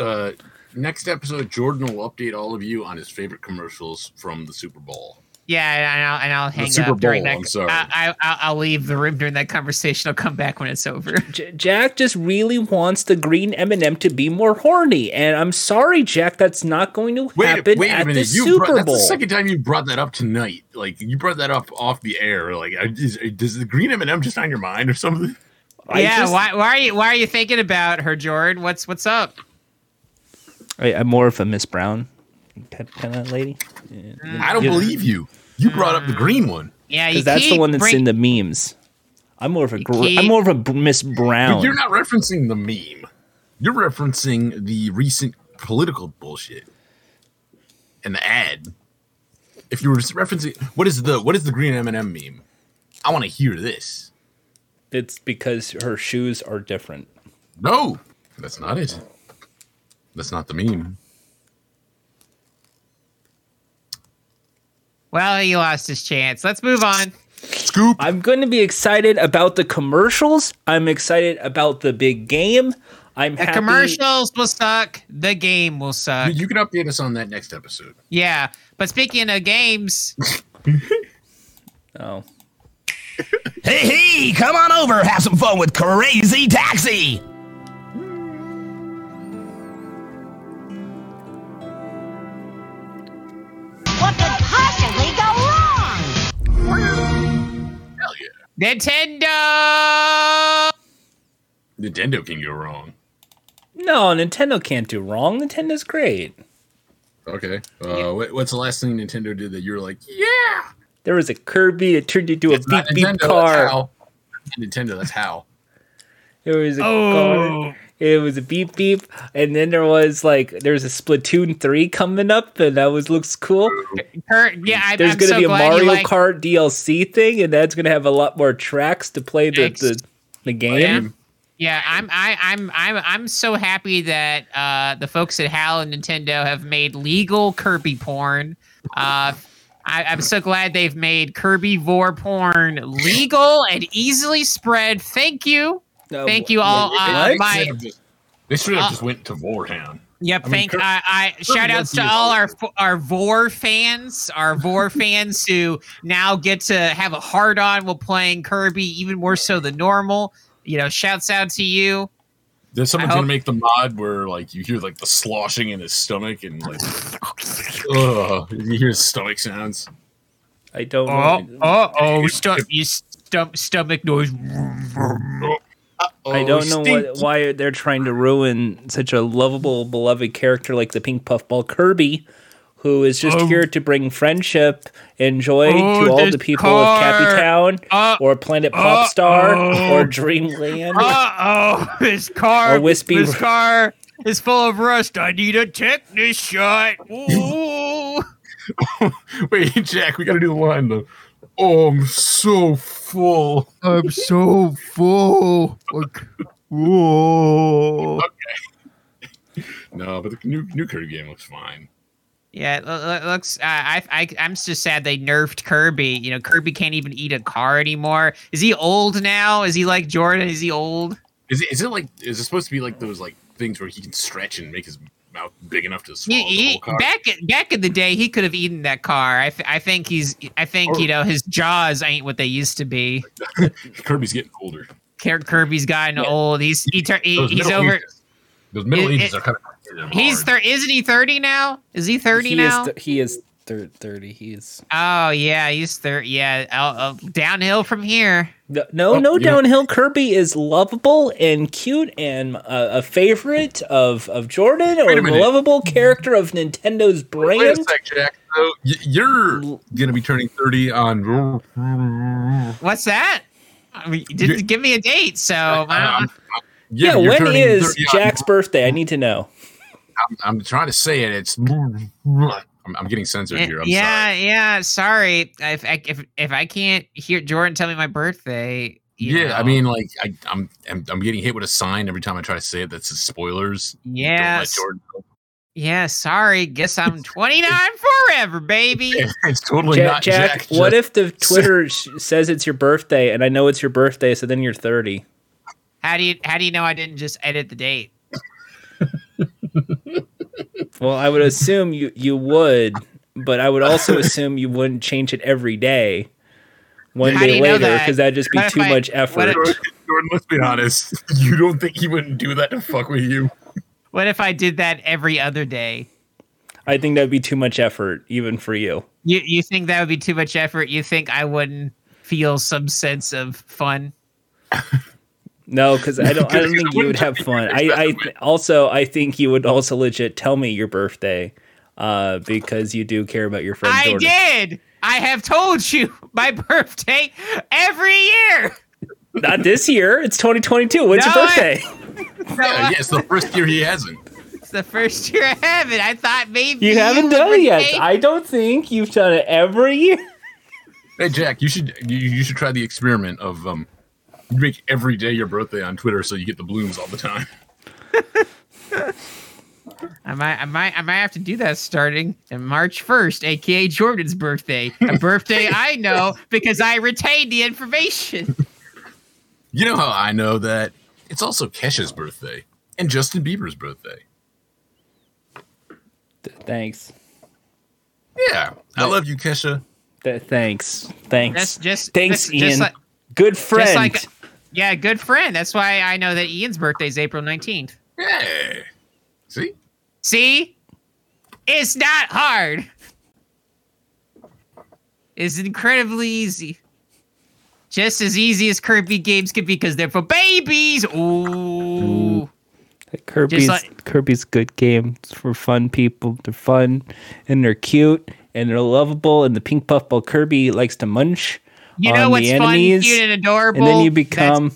Speaker 1: uh, next episode, Jordan will update all of you on his favorite commercials from the Super Bowl.
Speaker 2: Yeah, and I'll, and I'll hang
Speaker 1: Super
Speaker 2: up during
Speaker 1: Bowl,
Speaker 2: that.
Speaker 1: I'm sorry.
Speaker 2: I, I, I'll- I'll leave the room during that conversation. I'll come back when it's over.
Speaker 3: J- Jack just really wants the green M&M to be more horny, and I'm sorry, Jack, that's not going to
Speaker 1: Wait,
Speaker 3: happen
Speaker 1: wait
Speaker 3: at
Speaker 1: a minute.
Speaker 3: the
Speaker 1: you
Speaker 3: Super
Speaker 1: brought, That's
Speaker 3: Bowl.
Speaker 1: the second time you brought that up tonight. Like you brought that up off the air. Like I- is, does the green M and m just on your mind or something?
Speaker 3: I
Speaker 2: yeah,
Speaker 3: just-
Speaker 2: why, why are you why are you thinking about her, Jordan? What's what's up?
Speaker 3: I, I'm more of a Miss Brown kind of lady. Yeah.
Speaker 1: Mm. I don't
Speaker 3: Yeah.
Speaker 1: believe you. You brought up the green one.
Speaker 2: Yeah, you
Speaker 3: Because that's the
Speaker 2: keep
Speaker 3: one that's
Speaker 2: bring-
Speaker 3: in the memes. I'm more of a gr-
Speaker 2: keep-
Speaker 3: I'm more of a br- Miss
Speaker 1: But
Speaker 3: Brown.
Speaker 1: You're not referencing the meme. You're referencing the recent political bullshit and the ad. If you were just referencing, what is the what is the green M and m meme? I want to hear this.
Speaker 3: It's because her shoes are different.
Speaker 1: No, that's not it. That's not the meme.
Speaker 2: Well, he lost his chance. Let's move on.
Speaker 1: Scoop.
Speaker 3: I'm going to be excited about the commercials. I'm excited about the big game. I'm
Speaker 2: The
Speaker 3: happy.
Speaker 2: commercials will suck. The game will suck.
Speaker 1: you can update us on that next episode.
Speaker 2: Yeah, but speaking of games,
Speaker 3: Oh,
Speaker 5: Hey, hey, come on over. Have some fun with Crazy Taxi.
Speaker 6: What could possibly go wrong?
Speaker 1: Hell yeah,
Speaker 2: Nintendo.
Speaker 1: Nintendo can go wrong.
Speaker 3: no, Nintendo can't do wrong. Nintendo's great.
Speaker 1: Okay. Uh, what, what's the last thing Nintendo did that you were like, yeah?
Speaker 3: There was a Kirby. It turned into a
Speaker 1: It's
Speaker 3: beep
Speaker 1: not
Speaker 3: beep
Speaker 1: Nintendo, that's
Speaker 3: car.
Speaker 1: how. Nintendo. That's how.
Speaker 3: There was a
Speaker 1: Oh.
Speaker 3: car. It was a beep beep, and then there was like there was a Splatoon three coming up, and that was looks cool.
Speaker 2: Kurt, yeah, I,
Speaker 3: There's
Speaker 2: I'm
Speaker 3: going to
Speaker 2: so
Speaker 3: be a
Speaker 2: glad
Speaker 3: Mario
Speaker 2: you like.
Speaker 3: Kart DLC thing, and that's going to have a lot more tracks to play the
Speaker 2: Next.
Speaker 3: the, the game.
Speaker 2: Yeah. Yeah, I'm, I, I'm, I'm, I'm so happy that uh, the folks at HAL and Nintendo have made legal Kirby porn. Uh, I, I'm so glad they've made Kirby vor porn legal and easily spread. Thank you.
Speaker 3: Uh,
Speaker 2: Thank you all. Uh,
Speaker 1: They
Speaker 2: my,
Speaker 1: should have just- They should have
Speaker 2: Uh,
Speaker 1: just went to Vortown.
Speaker 2: Yep.
Speaker 1: I mean,
Speaker 2: thank.
Speaker 1: Kirby-
Speaker 2: I, I shout
Speaker 1: loves
Speaker 2: outs to
Speaker 1: you.
Speaker 2: all our our Vor fans, our Vor fans who now get to have a hard on while playing Kirby, even more so than normal. You know, shouts out to you.
Speaker 1: There's someone
Speaker 2: I
Speaker 1: gonna
Speaker 2: hope-
Speaker 1: make the mod where like you hear like the sloshing in his stomach and like, ugh, you hear his stomach sounds.
Speaker 3: I don't. know.
Speaker 2: oh, oh, stomach noise.
Speaker 3: I don't know what,
Speaker 1: stinky.
Speaker 3: why they're trying to ruin such a lovable, beloved character like the pink puffball Kirby, who is just here to bring friendship and joy
Speaker 2: Um, Oh,
Speaker 3: to all
Speaker 2: this
Speaker 3: the people
Speaker 2: car.
Speaker 3: of Cappy Town
Speaker 2: Uh,
Speaker 3: or Planet Popstar
Speaker 2: uh-oh.
Speaker 3: or Dreamland.
Speaker 2: Uh oh, this car,
Speaker 3: Or wispy-
Speaker 2: this car is full of rust. I need a tetanus shot. Ooh.
Speaker 1: Wait, Jack, we gotta do the line though. Oh, I'm so full.
Speaker 7: I'm so full. Like, whoa.
Speaker 1: No, but the new new Kirby game looks fine.
Speaker 2: Yeah, it lo- lo- looks. Uh, I, I, I'm just sad they nerfed Kirby. You know, Kirby can't even eat a car anymore. Is he old now? Is he like Jordan? Is he old?
Speaker 1: Is it, is it like is it supposed to be like those like things where he can stretch and make his mouth big enough to swallow
Speaker 2: He,
Speaker 1: the
Speaker 2: he
Speaker 1: whole car?
Speaker 2: back in- back in the day, he could have eaten that car. I, th- I think he's. I think you know his jaws ain't what they used to be.
Speaker 1: Kirby's getting older.
Speaker 2: Ker- Kirby's gotten old. He's he, tur- he
Speaker 1: Those
Speaker 2: he's
Speaker 1: Middle
Speaker 2: over.
Speaker 1: Ages- Those Middle
Speaker 2: It-
Speaker 1: Ages
Speaker 2: it-
Speaker 1: are kind of.
Speaker 2: He's
Speaker 1: hard.
Speaker 2: thir- isn't he thirty now? Is he thirty
Speaker 3: he,
Speaker 2: now?
Speaker 3: Is th- he is thir- 30. He is.
Speaker 2: oh yeah, he's thirty. Yeah, oh, oh, downhill from here.
Speaker 3: No, no,
Speaker 1: Oh,
Speaker 3: no
Speaker 1: you know-
Speaker 3: downhill. Kirby is lovable and cute and uh, a favorite of, of Jordan or
Speaker 1: Wait a
Speaker 3: a
Speaker 1: minute.
Speaker 3: lovable character of Nintendo's brand.
Speaker 1: Wait a sec, Jack. So y- you're gonna be turning thirty on.
Speaker 2: What's that? I mean, you didn't
Speaker 1: You-
Speaker 2: give me a date, so I
Speaker 1: I'm-
Speaker 2: don't-
Speaker 3: yeah,
Speaker 1: you're
Speaker 3: when
Speaker 1: turning
Speaker 3: is
Speaker 1: 30 on-
Speaker 3: Jack's birthday? I need to know.
Speaker 1: I'm, I'm trying to say it. It's. I'm, I'm getting censored here. I'm
Speaker 2: yeah,
Speaker 1: sorry.
Speaker 2: yeah. Sorry if I, if if I can't hear Jordan tell me my birthday. you
Speaker 1: Yeah, I
Speaker 2: know.
Speaker 1: mean, like, I, I'm, I'm I'm getting hit with a sign every time I try to say it. That's spoilers. Don't let
Speaker 2: yeah, s-
Speaker 1: Jordan know.
Speaker 2: yeah. Sorry, guess I'm 29 forever, baby.
Speaker 1: It's totally
Speaker 3: Jack,
Speaker 1: not
Speaker 3: Jack,
Speaker 1: Jack.
Speaker 3: what if the Twitter sh- says it's your birthday and I know it's your birthday, so then you're 30?
Speaker 2: How do you how do you know I didn't just edit the date?
Speaker 3: Well, I would assume you, you would, but I would also assume you wouldn't change it every day. One
Speaker 2: How do
Speaker 3: day
Speaker 2: you know
Speaker 3: later,
Speaker 2: that?
Speaker 3: because that'd just be
Speaker 2: What if
Speaker 3: too
Speaker 2: I-
Speaker 3: much
Speaker 2: what
Speaker 3: effort.
Speaker 2: if-
Speaker 1: Jordan, Jordan, let's be honest. You don't think he wouldn't do that to fuck with you?
Speaker 2: What if I did that every other day?
Speaker 3: I think that'd be too much effort, even for you.
Speaker 2: You you think that would be too much effort? You think I wouldn't feel some sense of fun?
Speaker 3: No, because I don't. I don't think you would have fun. I, I th- also I think you would also legit tell me your birthday. uh, because you do care about your friend
Speaker 2: I
Speaker 3: Jordan.
Speaker 2: did. I have told you my birthday every year.
Speaker 3: Not this year. It's 2022. When's
Speaker 2: No,
Speaker 3: your birthday?
Speaker 2: So
Speaker 1: Yeah,
Speaker 2: I-
Speaker 1: Uh, yes, the first year he hasn't.
Speaker 2: it's the first year I haven't. I thought maybe
Speaker 3: You haven't
Speaker 2: would
Speaker 3: done it yet.
Speaker 2: relate.
Speaker 3: I don't think you've done it every year.
Speaker 1: Hey Jack, you should you, you should try the experiment of um you make every day your birthday on Twitter so you get the blooms all the time.
Speaker 2: I might, I might, I might have to do that starting in March first, aka Jordan's birthday, a birthday I know because I retained the information.
Speaker 1: You know how I know that? It's also Kesha's birthday and Justin Bieber's birthday.
Speaker 3: Th- Thanks.
Speaker 1: Yeah. I love you, Kesha.
Speaker 3: Th- thanks. Thanks.
Speaker 2: That's just
Speaker 3: thanks,
Speaker 2: that's
Speaker 3: Ian.
Speaker 2: Just like,
Speaker 3: Good friend.
Speaker 2: just like, yeah, good friend. That's why I know that Ian's birthday is April nineteenth.
Speaker 1: Hey. See?
Speaker 2: See, it's not hard. It's incredibly easy. Just as easy as Kirby games can be because they're for babies. Ooh.
Speaker 3: Kirby's
Speaker 2: like-
Speaker 3: Kirby's good game. It's for fun people. They're fun and they're cute and they're lovable. And the pink puffball Kirby likes to munch
Speaker 2: You
Speaker 3: on
Speaker 2: know what's
Speaker 3: the
Speaker 2: fun,
Speaker 3: enemies,
Speaker 2: cute, and adorable?
Speaker 3: and then you
Speaker 2: That's-
Speaker 3: become.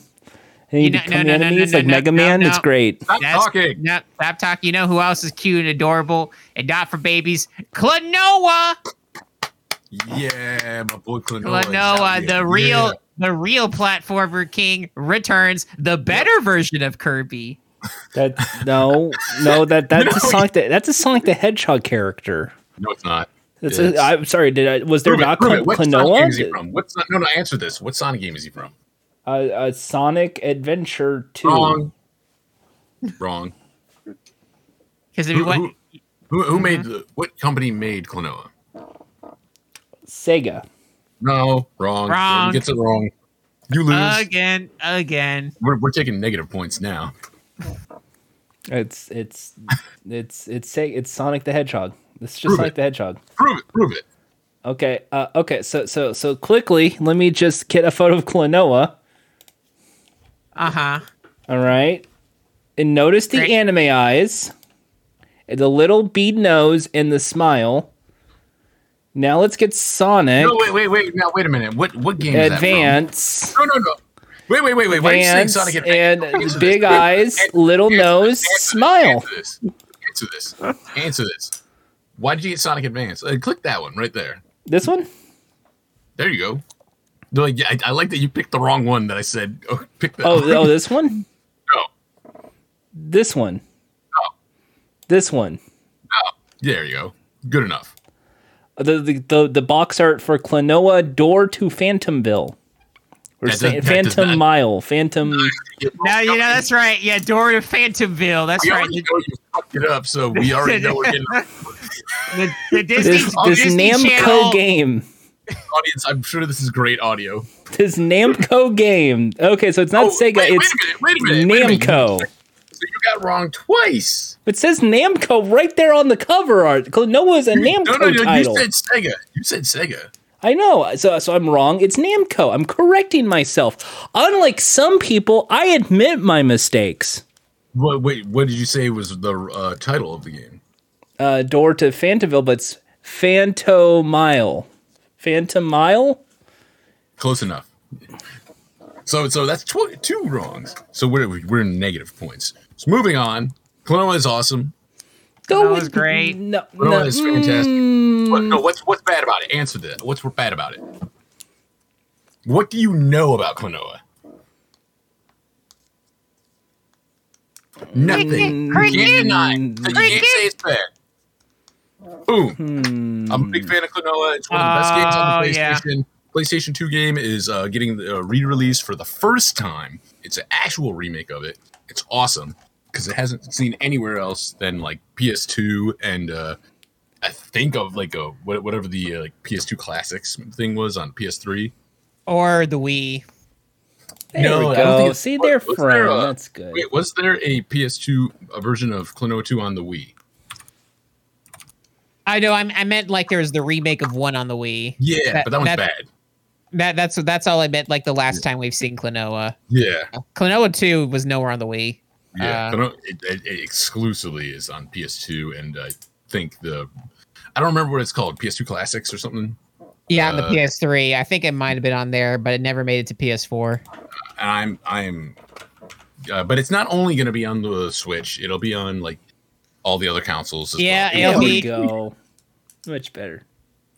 Speaker 3: And you,
Speaker 2: You know-
Speaker 3: become
Speaker 2: no, no, no,
Speaker 3: enemies
Speaker 2: no,
Speaker 3: like
Speaker 2: no,
Speaker 3: Mega
Speaker 2: no,
Speaker 3: Man.
Speaker 2: no.
Speaker 3: It's great.
Speaker 1: Stop
Speaker 2: That's,
Speaker 1: talking.
Speaker 2: No, stop talking. You know who else is cute and adorable and not for babies? Klonoa!
Speaker 1: Oh, Yeah, my boy Klonoa. is out
Speaker 2: Klonoa,
Speaker 1: here.
Speaker 2: uh, the real
Speaker 1: Yeah.
Speaker 2: the real platformer king, returns the better version of Kirby.
Speaker 3: That no, no. That that's a
Speaker 1: No.
Speaker 3: Sonic. The, that's a Sonic the Hedgehog character.
Speaker 1: No, it's not.
Speaker 3: That's
Speaker 1: It's-
Speaker 3: a, I'm sorry. Did I was there
Speaker 1: Prove it,
Speaker 3: not
Speaker 1: prove it.
Speaker 3: Kl-
Speaker 1: What Sonic game is he
Speaker 3: Klonoa?
Speaker 1: from? What's not, no no answer this. What Sonic game is he from?
Speaker 3: Uh, uh, Sonic Adventure Two.
Speaker 1: Wrong. Wrong.
Speaker 2: Because if
Speaker 1: Who,
Speaker 2: you want
Speaker 1: who, who, who made the, what company made Klonoa?
Speaker 3: Sega.
Speaker 1: No, wrong.
Speaker 2: Wrong.
Speaker 1: Jordan gets it wrong. You lose.
Speaker 2: again, again.
Speaker 1: we're, we're taking negative points now.
Speaker 3: It's it's it's it's Sega. It's Sonic the Hedgehog. It's just
Speaker 1: Prove
Speaker 3: Sonic
Speaker 1: it.
Speaker 3: the Hedgehog.
Speaker 1: Prove it. Prove it.
Speaker 3: Okay. Uh, okay. So so so quickly, let me just get a photo of Klonoa.
Speaker 2: Uh-huh.
Speaker 1: Oh,
Speaker 3: All right. And notice the
Speaker 2: Great.
Speaker 3: anime eyes, and the little bead nose, and the smile. Now let's get Sonic
Speaker 1: No, wait, wait, wait. Now, wait a minute. What what game is that from?
Speaker 3: Advance.
Speaker 1: No, no, no. Wait, wait, wait, wait. Why are you saying
Speaker 3: Advance
Speaker 1: Sonic
Speaker 3: and
Speaker 1: Advance? Answer
Speaker 3: big
Speaker 1: this.
Speaker 3: eyes,
Speaker 1: Answer-
Speaker 3: little
Speaker 1: answer
Speaker 3: nose,
Speaker 1: this, answer
Speaker 3: smile.
Speaker 1: this, Answer this. Answer this. Answer this. Why did you get Sonic Advance? Uh, click that one right there.
Speaker 3: This one?
Speaker 1: There you go. No, yeah, I, I like that you picked the wrong one that I said. Oh, pick that.
Speaker 3: Oh, oh, this one?
Speaker 1: no.
Speaker 3: This one.
Speaker 1: Oh.
Speaker 3: This one.
Speaker 1: There you go. Good enough.
Speaker 3: The, the the the box art for Klonoa Door to Phantomville.
Speaker 1: That
Speaker 3: Or
Speaker 1: does-
Speaker 3: Sa-
Speaker 1: that does
Speaker 3: Phantom
Speaker 1: not-
Speaker 3: Mile. Phantom
Speaker 2: Now you know that's right. Yeah, Dora of Phantomville. That's
Speaker 1: We
Speaker 2: right.
Speaker 1: already know you fucked it up, so we already know we're getting
Speaker 2: The, the Disney,
Speaker 3: this this
Speaker 2: Disney
Speaker 3: Namco
Speaker 2: Channel
Speaker 3: game.
Speaker 1: audience. I'm sure this is great audio.
Speaker 3: This Namco game. Okay, so it's not
Speaker 1: Oh,
Speaker 3: Sega,
Speaker 1: wait,
Speaker 3: it's
Speaker 1: wait a minute, wait a minute, wait a minute.
Speaker 3: Namco.
Speaker 1: So you got wrong twice.
Speaker 3: It says Namco right there on the cover art. Klonoa is a Namco
Speaker 1: No, no, no.
Speaker 3: title.
Speaker 1: You said Sega. You said Sega.
Speaker 3: I know. So, so I'm wrong. It's Namco. I'm correcting myself. Unlike some people, I admit my mistakes.
Speaker 1: What? Wait. What did you say was the uh, title of the game?
Speaker 3: Uh, door to Phantomville, but it's Phantomile. Phantomile?
Speaker 1: Close enough. So, so that's tw- two wrongs. So we're we're in negative points. So moving on. Klonoa is awesome.
Speaker 3: Go
Speaker 2: That was great.
Speaker 3: No,
Speaker 1: Klonoa
Speaker 3: no. mm,
Speaker 1: is fantastic. What, no, what's what's bad about it? Answer that. What's bad about it? What do you know about Klonoa? Nothing. You can't deny. it. So you can't say it's bad. Boom. I'm a big fan of Klonoa. It's one of the best games on
Speaker 2: Hmm. Oh,
Speaker 1: the
Speaker 2: yeah.
Speaker 1: PlayStation. PlayStation 2 game is uh, getting the uh, re-release for the first time. It's an actual remake of it. It's awesome because it hasn't seen anywhere else than like PS2 and uh, I think of like a what- whatever the uh, like PS2 classics thing was on PS3.
Speaker 2: or the Wii.
Speaker 3: There
Speaker 1: No,
Speaker 3: we
Speaker 1: I don't think
Speaker 3: go.
Speaker 1: it's-
Speaker 3: See, they're
Speaker 1: was there
Speaker 3: friends.
Speaker 1: a-
Speaker 3: That's good.
Speaker 1: Wait, was there a PS2 a version of Klonoa 2 on the Wii?
Speaker 2: I know. I'm, I meant like there was the remake of one on the Wii.
Speaker 1: Yeah,
Speaker 2: That-
Speaker 1: but that one's
Speaker 2: that-
Speaker 1: bad.
Speaker 2: That that's that's all I meant. Like the last time we've seen Klonoa.
Speaker 1: Yeah,
Speaker 2: Klonoa two was nowhere on the Wii.
Speaker 1: yeah.
Speaker 2: Uh,
Speaker 1: Klonoa- it, it- it exclusively is on PS2 and uh, think the I don't remember what it's called, PS2 Classics or something.
Speaker 2: Yeah, on the
Speaker 1: Uh,
Speaker 2: PS3. I think it might have been on there, but it never made it to PS4.
Speaker 1: I'm I'm, uh, but it's not only going to be on the Switch. It'll be on like all the other consoles. as
Speaker 2: Yeah,
Speaker 1: well,
Speaker 2: it'll
Speaker 3: There we
Speaker 2: be-
Speaker 3: go. Much better.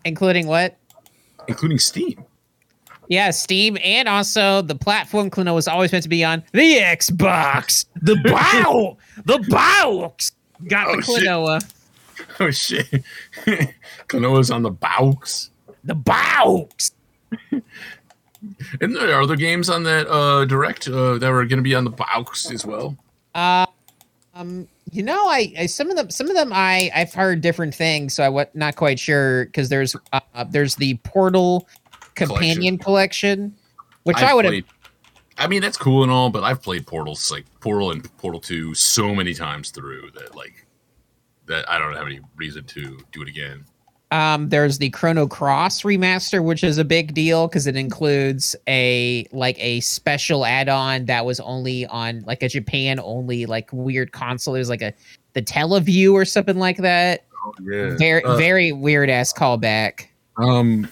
Speaker 2: Including what?
Speaker 1: Oh, including Steam.
Speaker 2: Yeah, Steam, and also the platform Cluno was always meant to be on the Xbox, the Bow, the Box. Got
Speaker 1: Oh,
Speaker 2: the
Speaker 1: shit.
Speaker 2: Klonoa,
Speaker 1: Oh shit! Klonoa's on the box.
Speaker 2: the Box.
Speaker 1: And there are other games on that uh, direct uh, that were going to be on the box as well.
Speaker 2: Um, you know, I, I some of them, some of them, I I've heard different things, so I was not quite sure because there's uh, there's the Portal companion collection, which
Speaker 1: I've
Speaker 2: I would have
Speaker 1: played- I mean, that's cool and all, but I've played Portals like Portal and Portal Two so many times through that like that I don't have any reason to do it again.
Speaker 2: Um, there's the Chrono Cross remaster, which is a big deal because it includes a like a special add-on that was only on like a Japan only like weird console. It was like a the Teleview or something like that.
Speaker 1: Oh, Yeah. Uh.
Speaker 2: Very very weird ass callback.
Speaker 1: Um,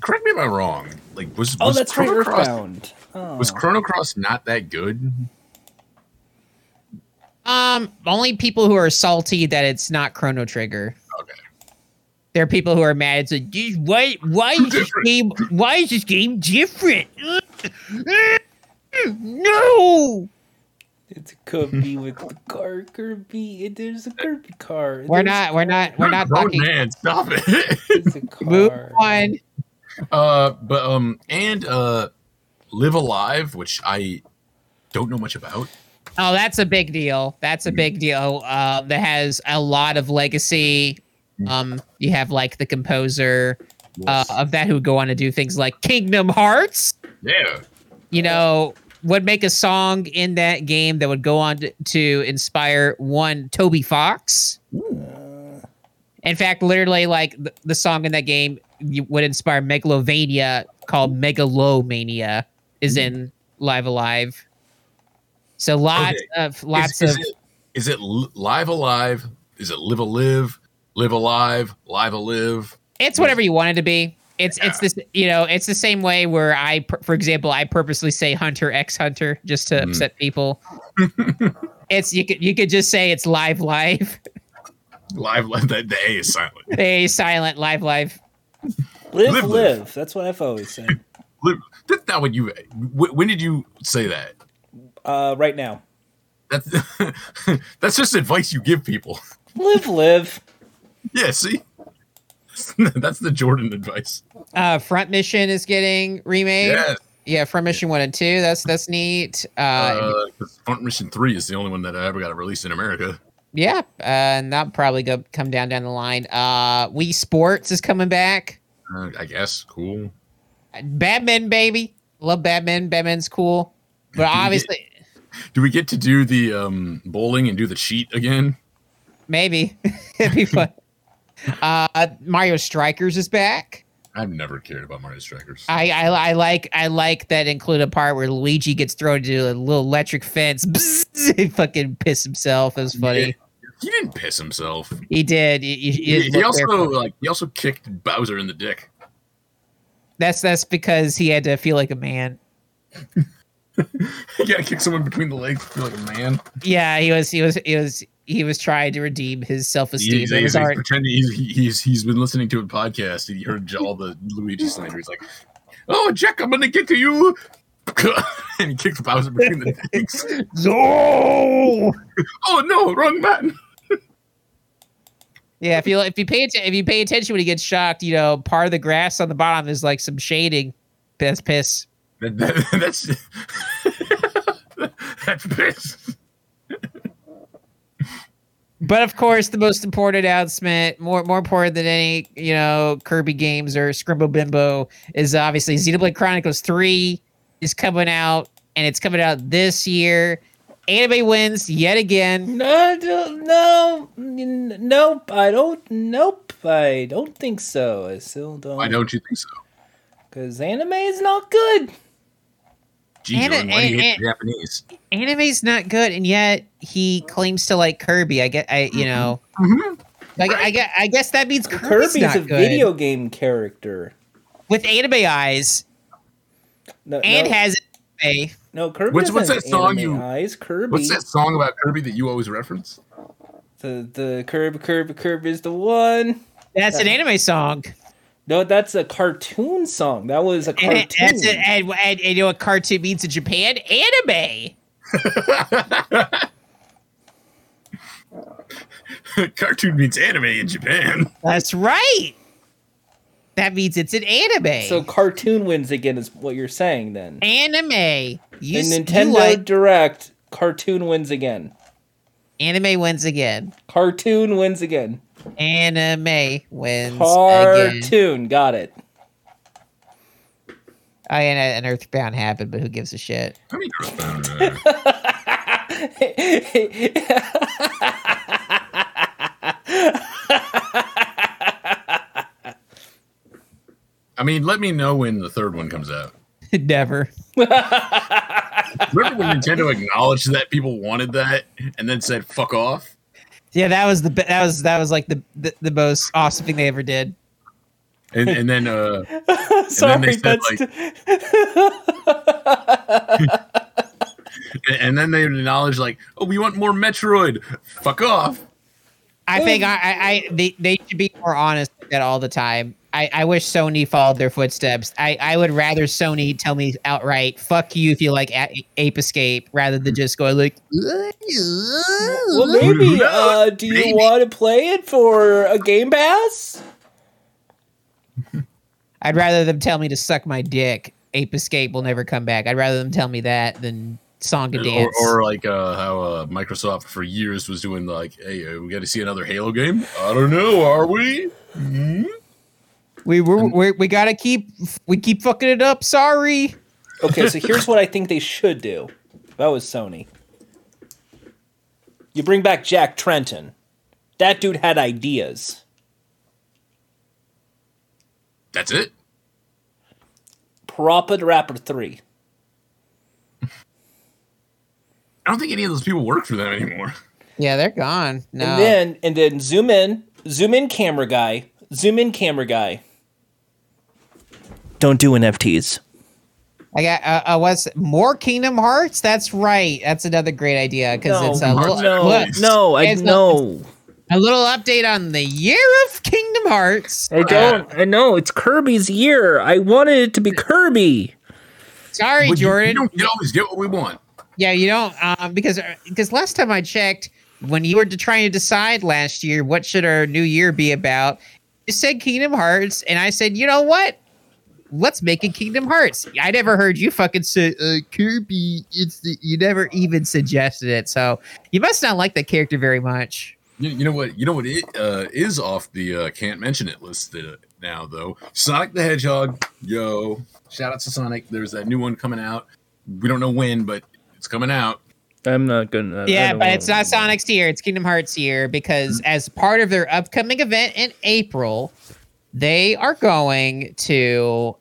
Speaker 1: correct me if I'm wrong. Like, was
Speaker 3: Oh,
Speaker 1: was
Speaker 3: that's right.
Speaker 1: Chrono Cross,
Speaker 3: Earthbound. Oh.
Speaker 1: was Chrono Cross not that good?
Speaker 2: Um, only people who are salty that it's not Chrono Trigger.
Speaker 1: Okay.
Speaker 2: There are people who are mad. It's like, "Geez, why? Why is this game? Why is this game different? No.
Speaker 3: It's a Kirby with the car. Kirby. It, there's a Kirby car.
Speaker 2: We're
Speaker 3: There's
Speaker 2: not. We're not. We're not
Speaker 1: Grown
Speaker 2: talking.
Speaker 1: Man, stop it.
Speaker 3: It's a car.
Speaker 2: Move on.
Speaker 1: uh, but um, and uh, Live Alive, which I don't know much about.
Speaker 2: Oh, that's a big deal. That's a big deal. Um, that has a lot of legacy. Um, you have like the composer uh, of that who would go on to do things like Kingdom Hearts.
Speaker 1: Yeah,
Speaker 2: You know, would make a song in that game that would go on to, to inspire one Toby Fox. In fact, literally, like the, the song in that game you, would inspire Megalovania called Megalomania is in Live Alive. So lots
Speaker 1: Okay.
Speaker 2: of lots
Speaker 1: is,
Speaker 2: of
Speaker 1: Is it, is it Li- Live Alive? Is it Live a Live? Live Alive? Live a Live?
Speaker 2: it's whatever you want it to be. It's it's
Speaker 1: Yeah.
Speaker 2: this you know it's the same way where I pur- for example I purposely say Hunter X Hunter just to upset people. it's you could you could just say it's live live
Speaker 1: Live? Live the, the A is silent.
Speaker 2: a silent live live.
Speaker 3: Live,
Speaker 1: Live,
Speaker 3: live,
Speaker 1: live.
Speaker 3: That's what I've always said.
Speaker 1: Live, that's not what you. wh- When did you say that?
Speaker 3: Uh, right now.
Speaker 1: That's that's just advice you give people.
Speaker 3: Live, live.
Speaker 1: Yeah, see, that's the Jordan advice.
Speaker 2: Uh, Front Mission is getting remade.
Speaker 1: Yeah,
Speaker 2: Yeah, Front Mission One and Two. That's that's neat. Uh,
Speaker 1: uh, 'cause Front Mission Three is the only one that I ever got released in America.
Speaker 2: yeah, uh, and that'll probably go come down down the line. Uh, Wii Sports is coming back.
Speaker 1: Uh, I guess cool.
Speaker 2: Batman baby, love Batman. Batman's cool, but obviously
Speaker 1: Do we get to do the um, bowling and do the cheat again?
Speaker 2: Maybe it'd be fun. Uh, Mario Strikers is back.
Speaker 1: I've never cared about Mario Strikers.
Speaker 2: I, I I like I like that include a part where Luigi gets thrown into a little electric fence. Bzzz, he fucking pissed himself. It was funny.
Speaker 1: He didn't piss himself.
Speaker 2: He did. He, he- he
Speaker 1: He, he
Speaker 2: looked
Speaker 1: also
Speaker 2: barefoot.
Speaker 1: like he also kicked Bowser in the dick.
Speaker 2: that's that's because he had to feel like a man.
Speaker 1: you gotta kick someone between the legs. to Feel like a man.
Speaker 2: Yeah, he was he was he was he was trying to redeem his self esteem.
Speaker 1: He's,
Speaker 2: It
Speaker 1: he's,
Speaker 2: was
Speaker 1: he's
Speaker 2: alright.
Speaker 1: pretending he's, he's he's been listening to a podcast. and He heard all the Luigi slander. He's like, "Oh, Jack, I'm gonna get to you," and he kicked Bowser between the legs.
Speaker 5: No!
Speaker 1: oh no, wrong button.
Speaker 2: Yeah, if you if you pay atten- if you pay attention when he gets shocked, you know part of the grass on the bottom is like some shading. That's piss.
Speaker 1: That, that, that's that's pissed.
Speaker 2: But of course, the most important announcement, more more important than any, you know, Kirby games or Scrimbo Bimbo, is obviously Xenoblade Chronicles 3 is coming out, and it's coming out this year. Anime wins yet again.
Speaker 3: No, no, no, nope. I don't. Nope. I don't think so. I still don't.
Speaker 1: Why don't you think so?
Speaker 3: Because anime is not good.
Speaker 1: Gee,
Speaker 2: And-
Speaker 1: Jordan, why do you
Speaker 2: and-
Speaker 1: hate the Japanese?
Speaker 8: Mm-hmm.
Speaker 2: Anime's not good, and yet he claims to like Kirby. I get I you know. Like I guess, I guess that means Kirby's,
Speaker 8: Kirby's
Speaker 2: not
Speaker 8: a
Speaker 2: good.
Speaker 8: video game character.
Speaker 2: with anime eyes
Speaker 8: No,
Speaker 2: and
Speaker 8: no,
Speaker 2: has a
Speaker 8: no Kirby.
Speaker 1: What's-
Speaker 8: What's,
Speaker 1: what's
Speaker 8: that song you? Eyes Kirby.
Speaker 1: What's that song about Kirby that you always reference?
Speaker 8: The the curb curb curb is the one.
Speaker 2: that's an anime song.
Speaker 8: No, that's a cartoon song. That was a
Speaker 2: And
Speaker 8: cartoon.
Speaker 2: it- that's it. And, and, and you know what cartoon means in Japan? Anime.
Speaker 1: Cartoon means anime in Japan.
Speaker 2: That's right. That means it's an anime.
Speaker 8: so cartoon wins again is what you're saying then.
Speaker 2: anime. You,
Speaker 8: In
Speaker 2: s- you
Speaker 8: Nintendo
Speaker 2: like
Speaker 8: Direct, cartoon wins again.
Speaker 2: anime wins again.
Speaker 8: Cartoon wins again.
Speaker 2: Anime wins again.
Speaker 8: Cartoon, got it.
Speaker 2: I and an Earthbound happened, but who gives a shit?
Speaker 1: I mean, Earthbound. I mean, let me know when the third one comes out.
Speaker 2: Never.
Speaker 1: Remember when Nintendo acknowledged that people wanted that and then said "fuck off"?
Speaker 2: Yeah, that was the be- that was that was like the the, the most awesome thing they ever did.
Speaker 1: And, and then, uh, And then they
Speaker 8: Sorry,
Speaker 1: said,
Speaker 8: that's
Speaker 1: like- and then they acknowledged like, "Oh, we want more Metroid." Fuck off.
Speaker 2: I think I, I, I they, they should be more honest with that all the time. I, I wish Sony followed their footsteps. I, I would rather Sony tell me outright, "Fuck you" if you like A- Ape Escape, rather than just go like,
Speaker 8: well, maybe. Uh, do you
Speaker 1: Maybe.
Speaker 8: want to play it for a Game Pass?
Speaker 2: I'd rather them tell me to suck my dick. Ape Escape will never come back. I'd rather them tell me that than song and
Speaker 1: Or,
Speaker 2: dance.
Speaker 1: or like uh, how uh, Microsoft for years was doing like, "Hey, uh, we got to see another Halo game." I don't know. Are we?
Speaker 2: we were we we gotta keep we keep fucking it up. Sorry.
Speaker 8: Okay, so here's what I think they should do. If I was Sony. You bring back Jack Trenton. That dude had ideas.
Speaker 1: That's it.
Speaker 8: Proper Rapper 3.
Speaker 1: I don't think any of those people work for them anymore.
Speaker 2: Yeah, they're gone. No.
Speaker 8: And then and then zoom in, zoom in camera guy, zoom in camera guy. Don't do NFTs.
Speaker 2: I got uh, uh, what's more Kingdom Hearts? That's right. That's another great idea because
Speaker 8: No,
Speaker 2: it's a little,
Speaker 1: no,
Speaker 2: look,
Speaker 8: No, I
Speaker 2: It's
Speaker 8: know.
Speaker 2: a little update on the year of Kingdom Hearts.
Speaker 3: I don't. I know it's Kirby's year. I wanted it to be Kirby.
Speaker 2: Sorry,
Speaker 1: Well, you-
Speaker 2: Jordan.
Speaker 1: you don't- you don't always get what we want.
Speaker 2: yeah, you don't um, because because last time I checked, when you were to- trying to decide last year what should our new year be about, you said Kingdom Hearts, and I said, you know what? Let's make it Kingdom Hearts. I never heard you fucking say uh, Kirby. It's the, you never even suggested it, so you must not like that character very much.
Speaker 1: You, you know what? You know what it uh, is off the uh, can't mention it list uh, now though. Sonic the Hedgehog, yo! Shout out to Sonic. There's that new one coming out. We don't know when, but it's coming out.
Speaker 3: I'm not gonna. I
Speaker 2: Yeah,
Speaker 3: don't
Speaker 2: but
Speaker 3: know.
Speaker 2: it's not Sonic's year. It's Kingdom Hearts year because as part of their upcoming event in April, they are going to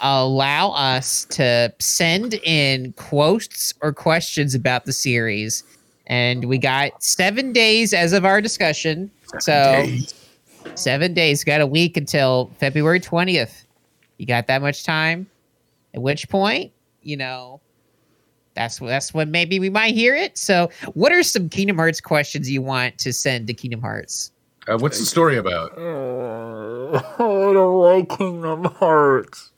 Speaker 2: allow us to send in quotes or questions about the series. And we got seven days as of our discussion.
Speaker 3: Oh.
Speaker 2: so seven days, got a week until February 20th. You got that much time? At which point, you know, that's that's when maybe we might hear it. So, what are some Kingdom Hearts questions you want to send to Kingdom Hearts?
Speaker 1: Uh, what's the story about?
Speaker 3: Oh, I don't like Kingdom Hearts.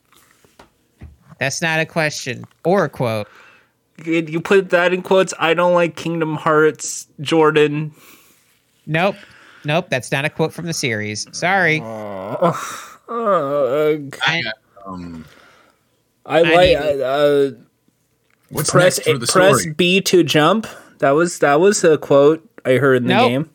Speaker 2: That's not a question or a quote.
Speaker 3: You you put that in quotes. I don't like Kingdom Hearts, Jordan.
Speaker 2: Nope, nope. That's not a quote from the series. Sorry.
Speaker 8: Uh,
Speaker 3: Ugh.
Speaker 2: I-
Speaker 1: Um,
Speaker 3: I
Speaker 2: need
Speaker 3: Uh, like uh,
Speaker 1: what's
Speaker 3: press
Speaker 1: next for the
Speaker 3: press
Speaker 1: story?
Speaker 3: B to jump. That was that was a quote I heard in the
Speaker 2: Nope.
Speaker 3: game.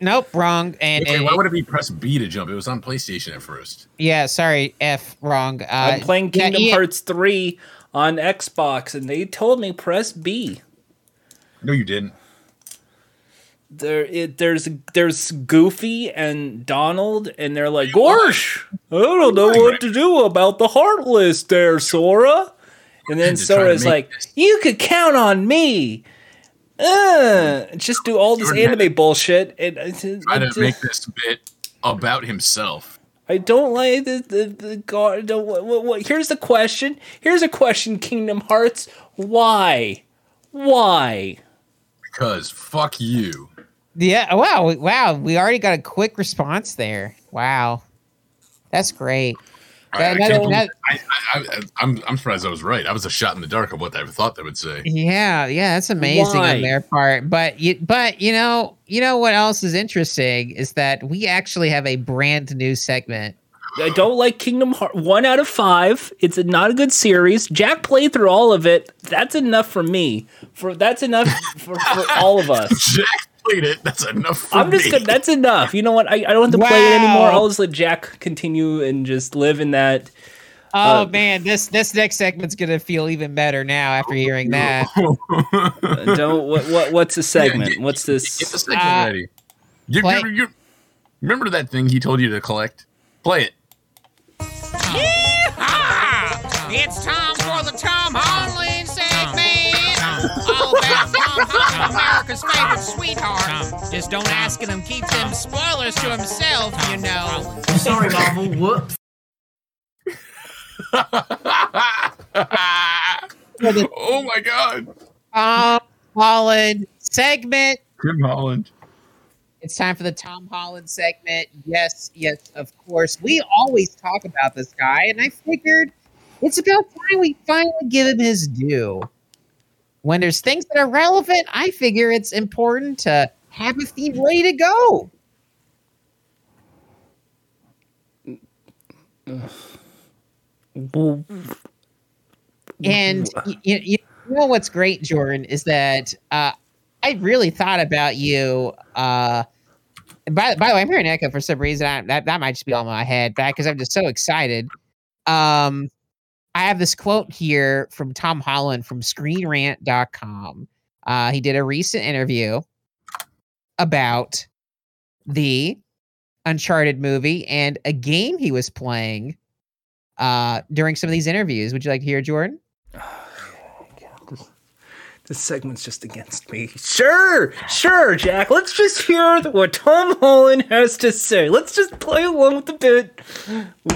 Speaker 2: nope, wrong. And
Speaker 1: Wait,
Speaker 2: and-
Speaker 1: why would it be press B to jump? It was on PlayStation at first.
Speaker 2: yeah, sorry, F wrong. Uh,
Speaker 8: I'm playing
Speaker 2: yeah,
Speaker 8: Kingdom
Speaker 2: E-
Speaker 8: Hearts 3 on Xbox and they told me press B.
Speaker 1: No, you didn't.
Speaker 8: There it, there's there's Goofy and Donald and they're like, "Gorsh, I don't know what to do about the Heartless there, Sora." And then
Speaker 1: And to try to
Speaker 8: Sora's
Speaker 1: make
Speaker 8: like, "You could count on me."
Speaker 3: uh, just do all this anime bullshit. And I,
Speaker 1: Try
Speaker 3: I,
Speaker 1: to
Speaker 3: just-
Speaker 1: make this bit about himself.
Speaker 3: I don't like the the, the god. Don't, what, what, what- here's the question. Here's a question, Kingdom Hearts. Why? Why?
Speaker 1: Because fuck you.
Speaker 2: Yeah. Wow. we- Wow. We already got a quick response there. Wow. That's great.
Speaker 1: I, I
Speaker 2: That-
Speaker 1: can't
Speaker 2: that-
Speaker 1: believe-
Speaker 2: that-
Speaker 1: I, I, I, I'm, I'm surprised I was right. I was a shot in the dark of what I thought they would say.
Speaker 2: Yeah, yeah, that's amazing
Speaker 3: Why?
Speaker 2: on their part. But you, but you know, you know what else is interesting is that we actually have a brand new segment.
Speaker 3: I don't like Kingdom Hearts. One out of five. It's a, not a good series. Jack played through all of it. That's enough for me. For that's enough for, for all of us.
Speaker 1: Jack played it. That's enough for
Speaker 3: I'm just
Speaker 1: me.
Speaker 3: gonna, that's enough. You know what? I, I don't have to play
Speaker 2: Wow.
Speaker 3: it anymore. I'll just let Jack continue and just live in that.
Speaker 2: Oh
Speaker 3: Uh,
Speaker 2: man, this this next segment's gonna feel even better now after hearing that.
Speaker 3: Uh, don't what, what what's the segment? What's
Speaker 1: Get the
Speaker 3: this? Ah.
Speaker 1: segment
Speaker 2: Uh,
Speaker 1: ready. You,
Speaker 2: play-
Speaker 1: you- you- remember that thing he told you to collect? Play it.
Speaker 9: Ah, It's time for the Tom Holland segment. All about Tom Holland, America's favorite sweetheart. Just don't ask him. Keep them spoilers to himself, you know.
Speaker 10: Sorry, Marvel. Whoops.
Speaker 1: oh my god.
Speaker 2: Tom Holland segment.
Speaker 1: Tim Holland.
Speaker 2: It's time for the Tom Holland segment. Yes, yes, of course. We always talk about this guy, and I figured it's about time we finally give him his due. When there's things that are relevant, I figure it's important to have a theme ready to go. And you, you know what's great, Jordan, is that uh, I really thought about you. Uh, by, by the way, I'm hearing echo for some reason. I, that, that might just be all in my head back because I'm just so excited. Um, I have this quote here from Tom Holland from ScreenRant.com. Uh, he did a recent interview about the Uncharted movie and a game he was playing uh, during some of these interviews. Would you like to hear, it, Jordan?
Speaker 3: This segment's just against me. Sure, sure, Jack. Let's just hear what Tom Holland has to say. Let's just play along with the bit.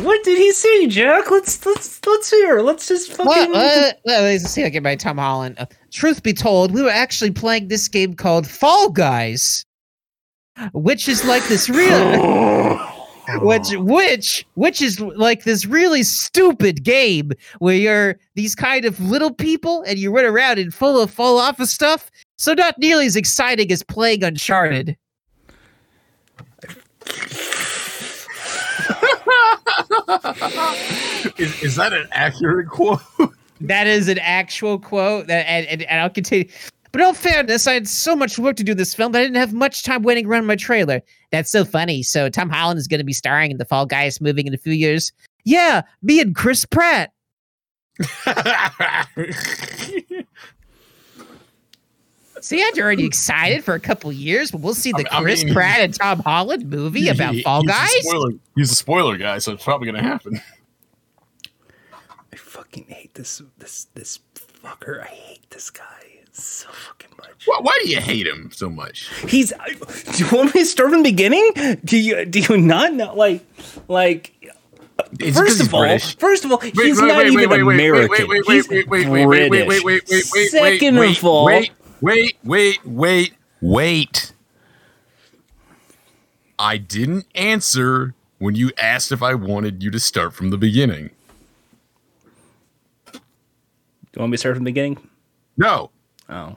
Speaker 3: What did he say, Jack? Let's let's let's hear. Let's just
Speaker 2: Well,
Speaker 3: fucking.
Speaker 2: uh, well, let's see. I get by Tom Holland. Uh, truth be told, we were actually playing this game called Fall Guys, which is like this real, which which which is like this really stupid game where you're these kind of little people and you run around and full of fall off of stuff. So not nearly as exciting as playing Uncharted.
Speaker 1: Is, is that an accurate quote?
Speaker 2: That is an actual quote. That and, and, and I'll continue. But in all fairness, I had so much work to do this film that I didn't have much time waiting around my trailer. That's so funny. So Tom Holland is going to be starring in the Fall Guys movie in a few years. Yeah, me and Chris Pratt. See, I'd already excited for a couple years, but we'll see the
Speaker 1: I
Speaker 2: Chris
Speaker 1: mean-
Speaker 2: Pratt and Tom Holland movie about
Speaker 1: He-
Speaker 2: Fall
Speaker 1: he's a
Speaker 2: Guys.
Speaker 1: spoiler- he's a spoiler guy, so it's probably gonna happen.
Speaker 3: I fucking hate this this this fucker. I hate this guy so fucking much.
Speaker 1: Why, why do you hate him so much?
Speaker 3: He's. I, do you want me to start from the beginning? Do you do you not know? Like like.
Speaker 1: Is it 'cause
Speaker 3: First
Speaker 1: he's
Speaker 3: of all,
Speaker 1: British?
Speaker 3: first of all,
Speaker 1: Wait,
Speaker 3: he's
Speaker 1: wait,
Speaker 3: not
Speaker 1: wait,
Speaker 3: even
Speaker 1: wait, wait,
Speaker 3: American.
Speaker 1: Wait, wait,
Speaker 3: He's
Speaker 1: wait, wait, wait, wait, wait, wait, wait, wait, wait, wait, wait.
Speaker 3: Second
Speaker 1: wait,
Speaker 3: of all-
Speaker 1: wait, wait, wait, wait, wait. I didn't answer when you asked if I wanted you to start from the beginning.
Speaker 3: You want me to start from the beginning?
Speaker 1: No,
Speaker 3: Oh.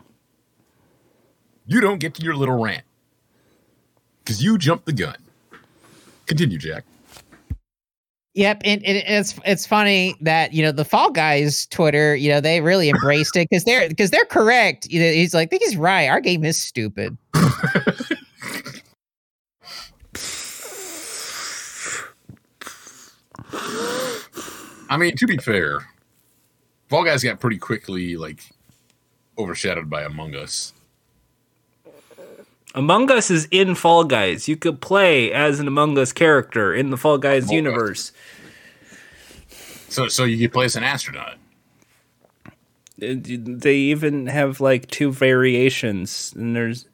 Speaker 1: you don't get to your little rant because you jumped the gun. Continue, Jack.
Speaker 2: Yep, and, and it's it's funny that you know the Fall Guys Twitter, you know they really embraced it because they're because they're correct. You know, he's like, I think he's right. Our game is stupid.
Speaker 1: I mean, to be fair, Fall Guys got pretty quickly like overshadowed by Among Us.
Speaker 3: Among Us is in Fall Guys. You could play as an Among Us character in the Fall Guys
Speaker 1: Among Us.
Speaker 3: universe.
Speaker 1: So, so you could play as an astronaut.
Speaker 3: It- Uh, They even have like two variations, and there's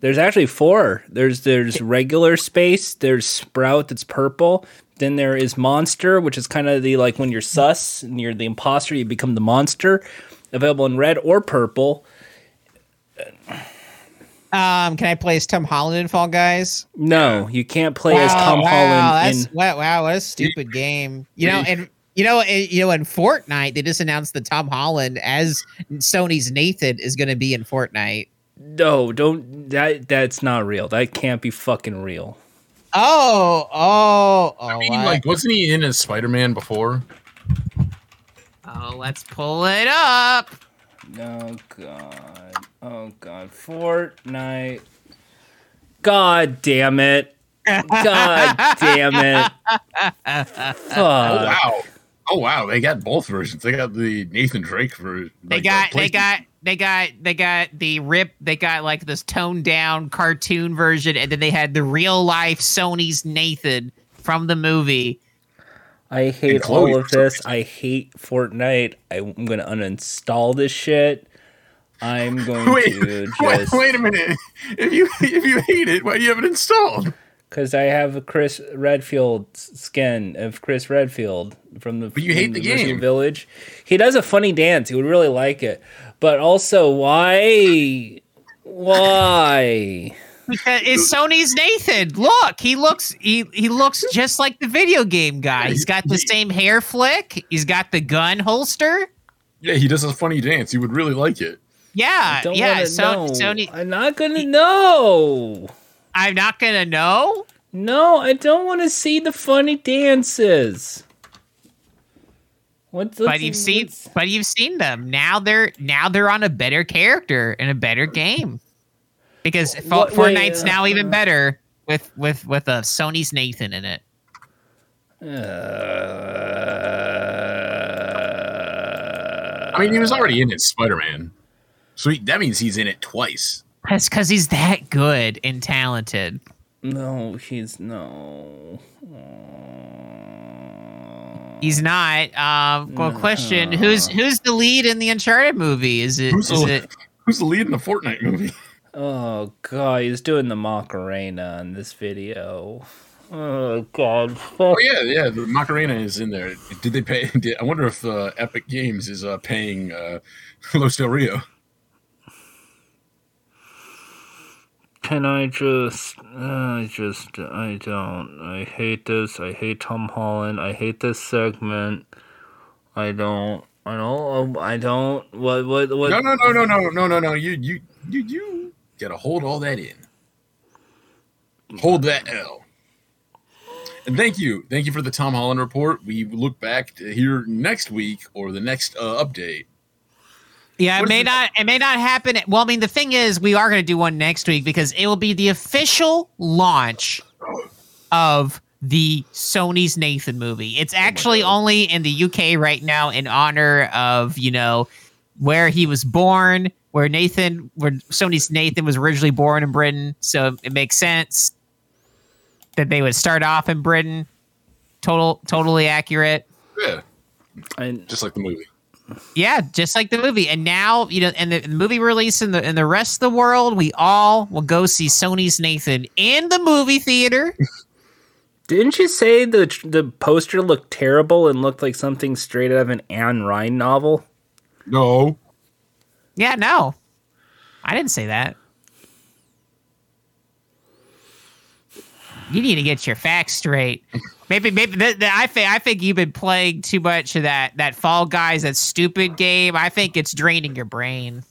Speaker 3: there's actually four. There's there's regular space. There's sprout that's purple. Then there is monster, which is kind of the like when you're sus and you're the imposter, you become the monster. Available in red or purple.
Speaker 2: Um, can I play as Tom Holland in Fall Guys?
Speaker 3: No, you can't play as
Speaker 2: Wow,
Speaker 3: Tom
Speaker 2: wow,
Speaker 3: Holland.
Speaker 2: That's,
Speaker 3: in,
Speaker 2: wow, wow, what a stupid game. You know, and you know, and, you know, in Fortnite, they just announced that Tom Holland as Sony's Nathan is going to be in Fortnite.
Speaker 3: no, don't. That that's not real. That can't be fucking real.
Speaker 2: Oh, oh, oh!
Speaker 1: I mean,
Speaker 2: I-
Speaker 1: like, wasn't he in as Spider Man before?
Speaker 2: oh, let's pull it up.
Speaker 3: Oh god. Oh god. Fortnite. God damn it. God damn it.
Speaker 1: Oh,
Speaker 3: Fuck.
Speaker 1: wow. Oh wow, they got both versions. They got the Nathan Drake version.
Speaker 2: They got, they got, they got, they got the rip. They got like this toned down cartoon version, and then they had the real life Sony's Nathan from the movie.
Speaker 3: I hate
Speaker 1: Chloe
Speaker 3: all of
Speaker 1: for some
Speaker 3: this. I hate Fortnite. I'm gonna uninstall this shit. I'm going
Speaker 1: Wait,
Speaker 3: to
Speaker 1: wait,
Speaker 3: just
Speaker 1: wait a minute. If you if you hate it, why do you have it installed?
Speaker 3: because I have a Chris Redfield s- skin of Chris Redfield from the.
Speaker 1: you hate
Speaker 3: from
Speaker 1: the
Speaker 3: original
Speaker 1: game.
Speaker 3: Village. He does a funny dance. He would really like it, but also why? Why?
Speaker 2: Because it's Sony's Nathan. Look, he looks he he looks just like the video game guy. He's got the same hair flick. He's got the gun holster.
Speaker 1: Yeah, he does a funny dance. You would really like it.
Speaker 2: Yeah,
Speaker 3: Don't
Speaker 2: Uh, yeah.
Speaker 3: wanna
Speaker 2: So,
Speaker 3: know.
Speaker 2: Sony,
Speaker 3: I'm not gonna know.
Speaker 2: I'm not gonna know.
Speaker 3: No, I don't want to see the funny dances. What's,
Speaker 2: but
Speaker 3: what's-
Speaker 2: you've seen
Speaker 3: what's-
Speaker 2: but you've seen them now they're now they're on a better character in a better game because Fo-
Speaker 3: What- wait,
Speaker 2: fortnite's
Speaker 3: uh,
Speaker 2: now even better with with with a sony's nathan in it
Speaker 1: I mean, he was
Speaker 2: Uh,
Speaker 1: already in it, Spider Man. So he, that means he's in it twice.
Speaker 2: that's because he's that good and talented
Speaker 3: No, he's no.
Speaker 2: he's not um well question who's who's the lead in the uncharted movie is it
Speaker 1: Who's
Speaker 2: is
Speaker 1: the,
Speaker 2: it
Speaker 1: who's the lead in the Fortnite movie?
Speaker 3: Oh god, he's doing the Macarena in this video. Oh god,
Speaker 1: Oh yeah, yeah. The Macarena is in there. Did they pay? Did, I wonder if uh, Epic Games is uh, paying uh, Los Del Rio.
Speaker 3: Can I just, I just, I don't. I hate this. I hate Tom Holland. I hate this segment. I don't. I don't. um, I don't. What? What? What?
Speaker 1: No, no, no, no, no, no, no, no. You, you, you, you gotta hold all that in. Hold that L. And thank you, thank you for the Tom Holland report. We look back to here next week or the next uh, update.
Speaker 2: yeah it
Speaker 1: What is
Speaker 2: may
Speaker 1: it?
Speaker 2: not it may not happen well i mean the thing is we are going to do one next week because it will be the official launch of the Sony's Nathan movie.
Speaker 1: Oh
Speaker 2: It's actually only in the UK right now in honor of, you know, where he was born, where Nathan, where Sony's Nathan was originally born in Britain. So it makes sense that they would start off in Britain. Total, totally accurate.
Speaker 1: Yeah,
Speaker 3: I,
Speaker 1: just like the movie.
Speaker 2: Yeah, just like the movie. And now, you know, and the, the movie release in the in the rest of the world, we all will go see Sony's Nathan in the movie theater.
Speaker 3: didn't you say the the poster looked terrible and looked like something straight out of an Anne Ryan novel?
Speaker 1: No,
Speaker 2: Yeah, no. I didn't say that. You need to get your facts straight. Maybe, maybe th- th- I think I think you've been playing too much of that that Fall Guys, that stupid game. I think it's draining your brain.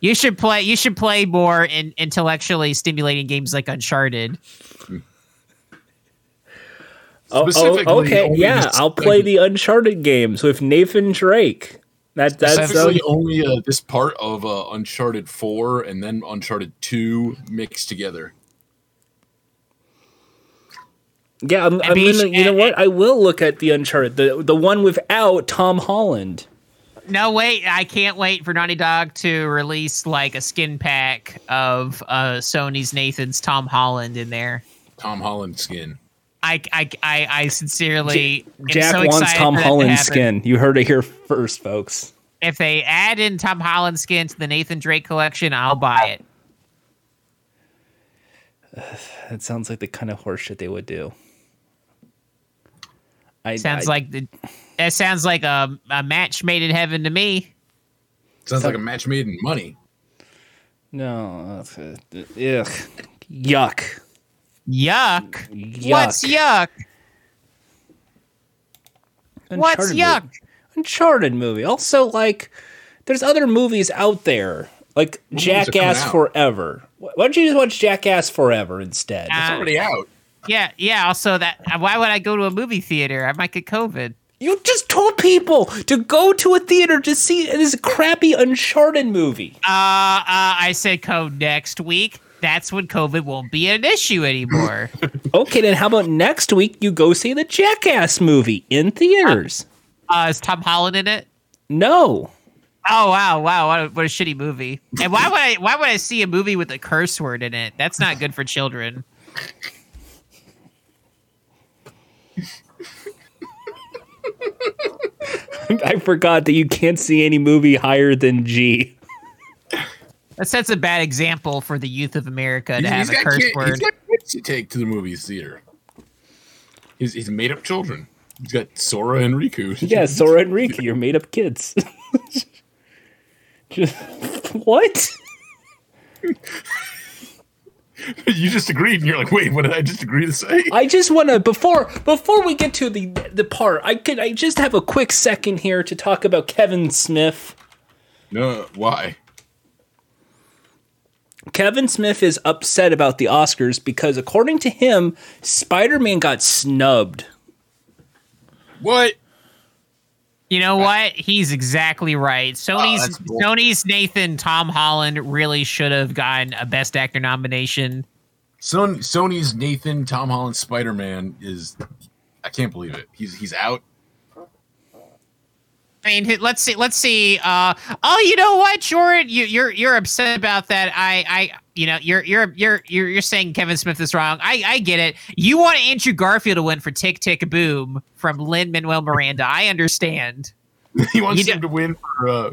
Speaker 2: You should play. You should play more in intellectually stimulating games like Uncharted.
Speaker 3: Oh,
Speaker 1: Specifically,
Speaker 3: oh, okay,
Speaker 1: only
Speaker 3: yeah,
Speaker 1: this-
Speaker 3: I'll play the Uncharted games with Nathan Drake. That that's
Speaker 1: Specifically, only uh, this part of uh, Uncharted Four and then Uncharted Two mixed together.
Speaker 3: Yeah, I'm, I'm
Speaker 2: beach
Speaker 3: gonna, you know what? I will look at the Uncharted, the the one without Tom Holland.
Speaker 2: No, wait. I can't wait for Naughty Dog to release like a skin pack of uh, Sony's Nathan's Tom Holland in there.
Speaker 1: Tom Holland skin.
Speaker 2: I I I, I sincerely am
Speaker 3: Jack
Speaker 2: so
Speaker 3: wants
Speaker 2: excited
Speaker 3: Tom
Speaker 2: for that to
Speaker 3: Holland
Speaker 2: happen.
Speaker 3: skin. You heard it here first, folks.
Speaker 2: if they add in Tom Holland skin to the Nathan Drake collection, I'll buy it.
Speaker 3: That sounds like the kind of horseshit they would do. I,
Speaker 2: Sounds
Speaker 3: I-
Speaker 2: like the, that sounds like a, a match made in heaven to me.
Speaker 1: Sounds like a match made in money.
Speaker 3: no. that's- uh, Ugh. Yuck.
Speaker 2: Yuck.
Speaker 3: Yuck.
Speaker 2: What's yuck? What's
Speaker 3: Uncharted
Speaker 2: yuck?
Speaker 3: movie. Uncharted movie. Also, like, there's other movies out there, like
Speaker 1: have come
Speaker 3: Jackass
Speaker 1: out?
Speaker 3: Forever. Wh- Why don't you just watch Jackass Forever instead?
Speaker 1: It's
Speaker 2: Uh,
Speaker 1: already out.
Speaker 2: yeah, yeah. Also, that why would I go to a movie theater? I might get COVID.
Speaker 3: you just told people to go to a theater to see this crappy Uncharted movie.
Speaker 2: Uh, uh, I said code next week. That's when COVID won't be an issue anymore.
Speaker 3: Okay, then how about next week you go see the Jackass movie in theaters?
Speaker 2: uh, is Tom Holland in it?
Speaker 3: No.
Speaker 2: Oh wow, wow, what a, what a shitty movie! And why would I? Why would I see a movie with a curse word in it? That's not good for children.
Speaker 3: I forgot that you can't see any movie higher than G.
Speaker 2: That sets a bad example for the youth of America to
Speaker 1: He's-
Speaker 2: have
Speaker 1: he's
Speaker 2: a
Speaker 1: got
Speaker 2: curse
Speaker 1: kid- He's
Speaker 2: word.
Speaker 1: got kids to take to the movie theater. He's, he's made up children. He's got Sora and Riku.
Speaker 3: Yeah, Sora and Rika, you're made up kids. Just, what?
Speaker 1: you just agreed, and you're like, wait, what did I just agree to say?
Speaker 3: I just want to before before we get to the the part, I could I just have a quick second here to talk about Kevin Smith.
Speaker 1: no, why?
Speaker 3: Kevin Smith is upset about the Oscars because according to him, Spider-Man got snubbed.
Speaker 1: What?
Speaker 2: You know what? He's exactly right. Sony's
Speaker 1: Oh, that's cool.
Speaker 2: Sony's Nathan Tom Holland really should have gotten a Best Actor nomination.
Speaker 1: Son- Sony's Nathan Tom Holland Spider Man is. I can't believe it. He's he's out.
Speaker 2: I mean, hit- let's see. Let's see. Uh, oh, you know what, Jordan? You, you're you're upset about that. I, I, you know, you're you're you're you're you're saying Kevin Smith is wrong. I, I get it. You want Andrew Garfield to win for Tick Tick Boom from Lin Manuel Miranda. I understand.
Speaker 1: He wants
Speaker 2: You
Speaker 1: him
Speaker 2: do-
Speaker 1: to win for uh,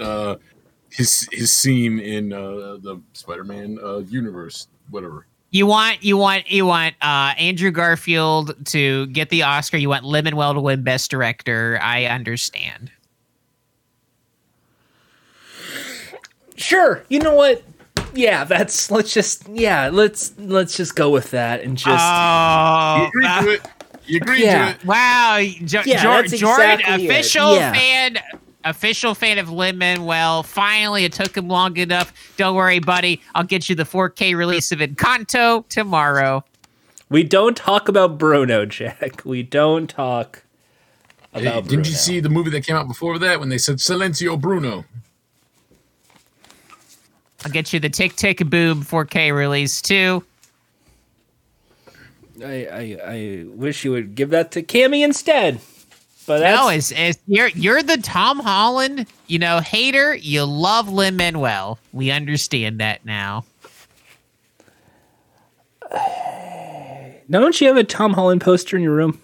Speaker 1: uh, his his scene in uh, the Spider Man uh, universe, whatever.
Speaker 2: You want you want you want uh, Andrew Garfield to get the Oscar. You want Lin Manuel to win Best Director. I understand.
Speaker 3: Sure, you know what? Yeah, that's let's just yeah let's let's just go with that and just
Speaker 1: You
Speaker 2: Oh,
Speaker 1: agreed
Speaker 2: uh,
Speaker 1: to it. You agreed
Speaker 3: Yeah.
Speaker 1: to it.
Speaker 2: Wow, jo-
Speaker 3: Yeah,
Speaker 2: Jor-
Speaker 3: that's
Speaker 2: Jordan,
Speaker 3: exactly it.
Speaker 2: official
Speaker 3: Yeah.
Speaker 2: fan, official fan of Lin Manuel. Finally, it took him long enough. Don't worry, buddy. I'll get you the 4K release of Encanto tomorrow.
Speaker 3: we don't talk about Bruno, Jack. We don't talk
Speaker 1: Hey,
Speaker 3: about.
Speaker 1: didn't you
Speaker 3: Bruno.
Speaker 1: see the movie that came out before that when they said Silencio Bruno?
Speaker 2: I'll get you the Tick Tick Boom 4K release too.
Speaker 3: I, I I wish you would give that to Cammy instead. But that's,
Speaker 2: No, Oh, is is you're you're the Tom Holland, you know, hater. You love Lin Manuel. We understand that now.
Speaker 3: now don't you have a Tom Holland poster in your room?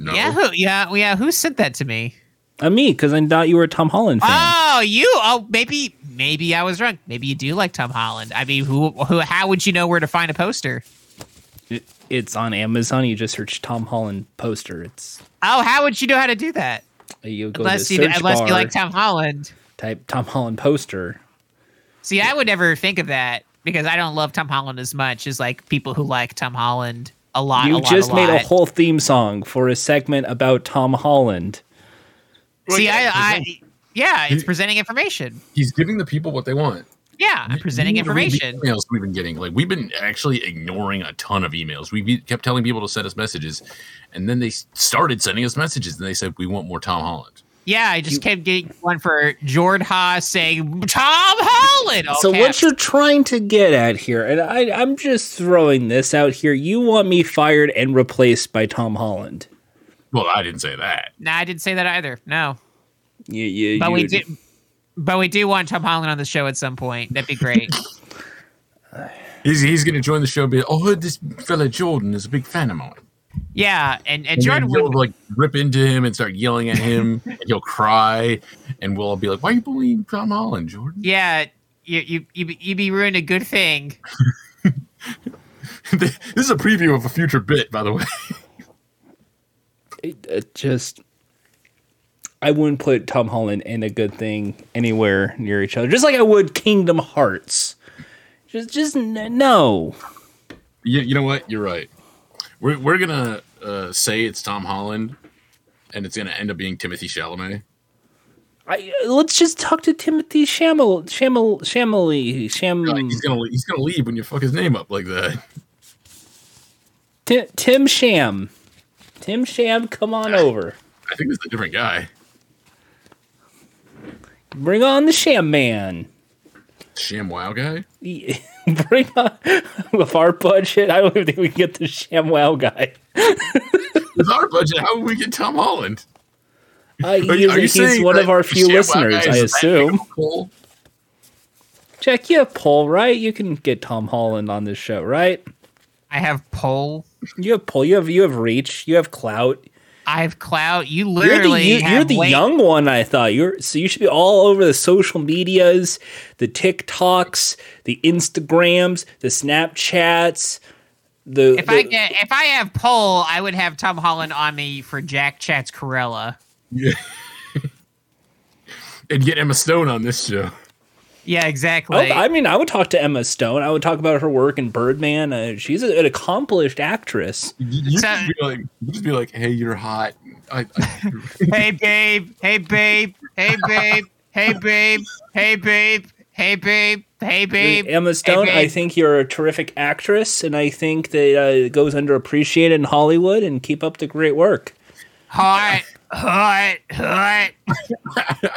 Speaker 1: No.
Speaker 2: Yeah, who, yeah, yeah. Who sent that to me?
Speaker 3: Uh, me, because I thought you were a Tom Holland fan.
Speaker 1: Ah!
Speaker 2: Oh, you? Oh, maybe, maybe I was wrong. Maybe you do like Tom Holland. I mean, who, who? How would you know where to find a poster?
Speaker 3: it's on Amazon. You just search Tom Holland poster. It's
Speaker 2: Oh, how would you know how to do that?
Speaker 3: you go
Speaker 2: Unless
Speaker 3: to
Speaker 2: you,
Speaker 3: the search
Speaker 2: unless
Speaker 3: bar,
Speaker 2: you like Tom Holland.
Speaker 3: type Tom Holland poster.
Speaker 2: See, I would never think of that because I don't love Tom Holland as much as like people who like Tom Holland a lot.
Speaker 3: You
Speaker 2: a lot,
Speaker 3: just
Speaker 2: a
Speaker 3: made a
Speaker 2: lot.
Speaker 3: whole theme song for a segment about Tom Holland.
Speaker 1: Well,
Speaker 2: See,
Speaker 1: yeah,
Speaker 2: I, I, yeah, it's
Speaker 1: You-
Speaker 2: presenting information.
Speaker 1: He's giving the people what they want.
Speaker 2: Yeah, I'm
Speaker 1: You-
Speaker 2: presenting
Speaker 1: you need to read the
Speaker 2: information.
Speaker 1: Emails we've been getting, like we've been actually ignoring a ton of emails. We be- kept telling people to send us messages, and then they s- started sending us messages, and they said we want more Tom Holland.
Speaker 2: Yeah, I just kept getting one for Jord Ha saying Tom Holland. all
Speaker 3: So what
Speaker 2: caps.
Speaker 3: you're trying to get at here, and I, I'm just throwing this out here. You want me fired and replaced by Tom Holland?
Speaker 1: Well, I didn't say that.
Speaker 2: Nah, I didn't say that either. No.
Speaker 3: You, you,
Speaker 2: But we
Speaker 3: you-
Speaker 2: do. But we do want Tom Holland on the show at some point. That'd be great.
Speaker 1: He's he's going to join the show. and Be oh, this fella Jordan is a big fan of mine.
Speaker 2: Yeah, and and
Speaker 1: And then
Speaker 2: Jordan
Speaker 1: you'll
Speaker 2: would
Speaker 1: like rip into him and start yelling at him, and he'll cry, and we'll all be like, "Why are you bullying Tom Holland, Jordan?"
Speaker 2: yeah, you you you be- you be ruined a good thing.
Speaker 1: this is a preview of a future bit, by the way.
Speaker 3: It, it uh, just, I wouldn't put Tom Holland and a good thing anywhere near each other. Just like I would Kingdom Hearts. Just, just n- no.
Speaker 1: You, you know what? You're right. We're we're gonna uh, say it's Tom Holland, and it's gonna end up being Timothy Chalamet.
Speaker 3: I, let's just talk to Timothy Shamel, Shamel, Shamely, Sham,
Speaker 1: Like, he's gonna he's gonna leave when you fuck his name up like that.
Speaker 3: Tim, Tim Sham, Tim Sham. Come on over.
Speaker 1: I think this is a different guy.
Speaker 3: Bring on the Sham Man.
Speaker 1: Sham Wow guy.
Speaker 3: Bring on with our budget. I don't even think we can get the Sham Wow guy.
Speaker 1: With our budget, how would we get Tom Holland?
Speaker 3: Uh, he is- he's
Speaker 1: saying
Speaker 3: one of
Speaker 1: that
Speaker 3: our few
Speaker 1: Sham Wow
Speaker 3: listeners,
Speaker 1: guy
Speaker 3: I
Speaker 1: is that big of a
Speaker 3: assume.
Speaker 1: pull?
Speaker 3: Jack, you have Paul, right? You can get Tom Holland on this show, right?
Speaker 2: I have poll.
Speaker 3: You have Paul. You have you have reach. You have clout.
Speaker 2: I have clout. You
Speaker 3: You're the,
Speaker 2: literally
Speaker 3: you,
Speaker 2: have
Speaker 3: you're the
Speaker 2: way-
Speaker 3: young one, I thought. You're so you should be all over the social medias, the TikToks, the Instagrams, the Snapchats, the,
Speaker 2: If
Speaker 3: the
Speaker 2: I get if I have poll, I would have Tom Holland on me for Jack Chat's Corella.
Speaker 1: Yeah. and get Emma Stone on this show.
Speaker 2: Yeah,
Speaker 3: I,
Speaker 2: exactly.
Speaker 3: would- Oh, I mean, I would talk to Emma Stone. I would talk about her work in Birdman. Uh, she's a, an accomplished actress.
Speaker 1: You
Speaker 2: So-
Speaker 1: just be like, you just be like, hey, you're hot. I, I,
Speaker 2: hey babe, hey babe, hey babe, hey babe, hey babe, hey babe, hey babe.
Speaker 3: Emma Stone,
Speaker 2: babe.
Speaker 3: I think you're a terrific actress, and I think that uh, it goes underappreciated in Hollywood. And keep up the great work.
Speaker 2: Hot, hot, hot.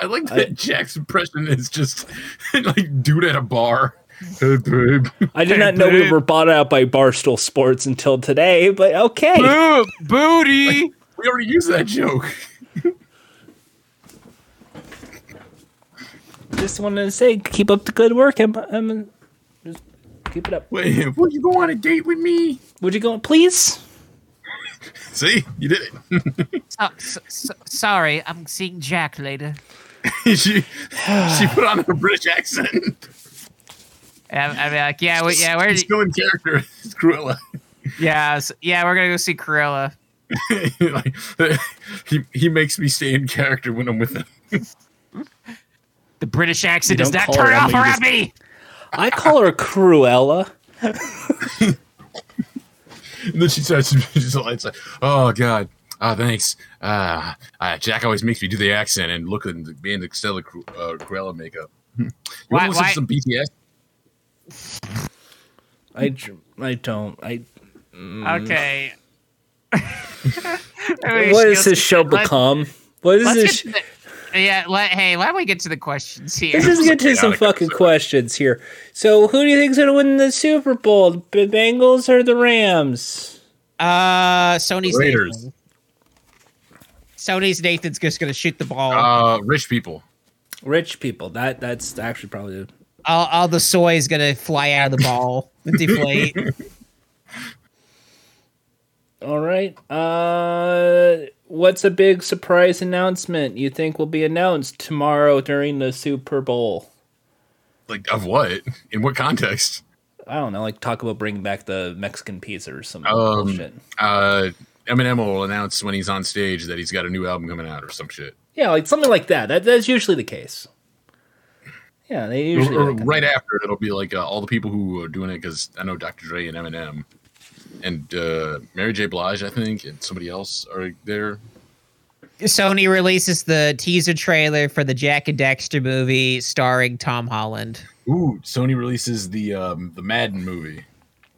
Speaker 1: I like that Jack's impression is just like dude at a bar. Hey, babe.
Speaker 3: I did not know we were bought out by Barstool Sports until today, but okay.
Speaker 2: Boo, booty.
Speaker 1: We already used that joke.
Speaker 3: Just wanted to say, keep up the good work, Emma. Emma. Just keep it up.
Speaker 1: Wait, will you go on a date with me?
Speaker 3: Would you go, please?
Speaker 1: See, you did
Speaker 2: Oh, so, so, sorry, I'm seeing Jack later.
Speaker 1: it. she she put on her British accent.
Speaker 2: And I- I'd be like, yeah, we, yeah, we're
Speaker 1: She's still in character. It's Cruella.
Speaker 2: yeah, s- yeah, we're gonna go see Corella.
Speaker 1: like, he he makes me stay in character when I'm with him.
Speaker 2: The British accent
Speaker 3: You
Speaker 2: does
Speaker 3: don't
Speaker 2: not
Speaker 3: call
Speaker 2: turn
Speaker 3: her
Speaker 2: off
Speaker 3: Emma, you
Speaker 2: around me.
Speaker 3: I call her Cruella.
Speaker 1: And then she starts. She's like, "Oh God, ah, thanks." Ah, ah, Jack always makes me do the accent and look at the band Excella Cru- uh, Cruella makeup. You
Speaker 2: Why-
Speaker 1: want to listen
Speaker 2: why-
Speaker 1: to some BTS?
Speaker 3: I, dr- I don't. I.
Speaker 2: Okay.
Speaker 3: Mm-hmm. What does this show
Speaker 2: Let-
Speaker 3: become? What is
Speaker 2: let's
Speaker 3: this?
Speaker 2: get to the- yeah, let, hey, why don't we get to the questions here?
Speaker 3: Let's just get to some
Speaker 1: chaotic episode.
Speaker 3: fucking questions here. So, who do you think's gonna win the Super Bowl? The Bengals or the Rams?
Speaker 2: Uh, Sony's
Speaker 1: Raiders.
Speaker 2: Nathan. Sony's Nathan's just gonna shoot the ball.
Speaker 1: Uh, rich people.
Speaker 3: Rich people. That that's actually probably.
Speaker 2: all, all the soy is gonna fly out of the ball and deflate.
Speaker 3: All right. Uh, what's a big surprise announcement you think will be announced tomorrow during the Super Bowl?
Speaker 1: Like of what? In what context?
Speaker 3: I don't know. Like talk about bringing back the Mexican pizza or some
Speaker 1: Um,
Speaker 3: bullshit.
Speaker 1: Uh, Eminem will announce when he's on stage that he's got a new album coming out or some shit.
Speaker 3: Yeah, like something like that. That that's usually the case. Yeah, they
Speaker 1: Or,
Speaker 3: usually.
Speaker 1: or
Speaker 3: do that kind of-
Speaker 1: right after, it'll be like uh, all the people who are doing it because I know Dr. Dre and Eminem and uh, Mary J. Blige, I think, and somebody else are there.
Speaker 2: Sony releases the teaser trailer for the Jack and Dexter movie starring Tom Holland.
Speaker 1: Ooh, Sony releases the um, the Madden movie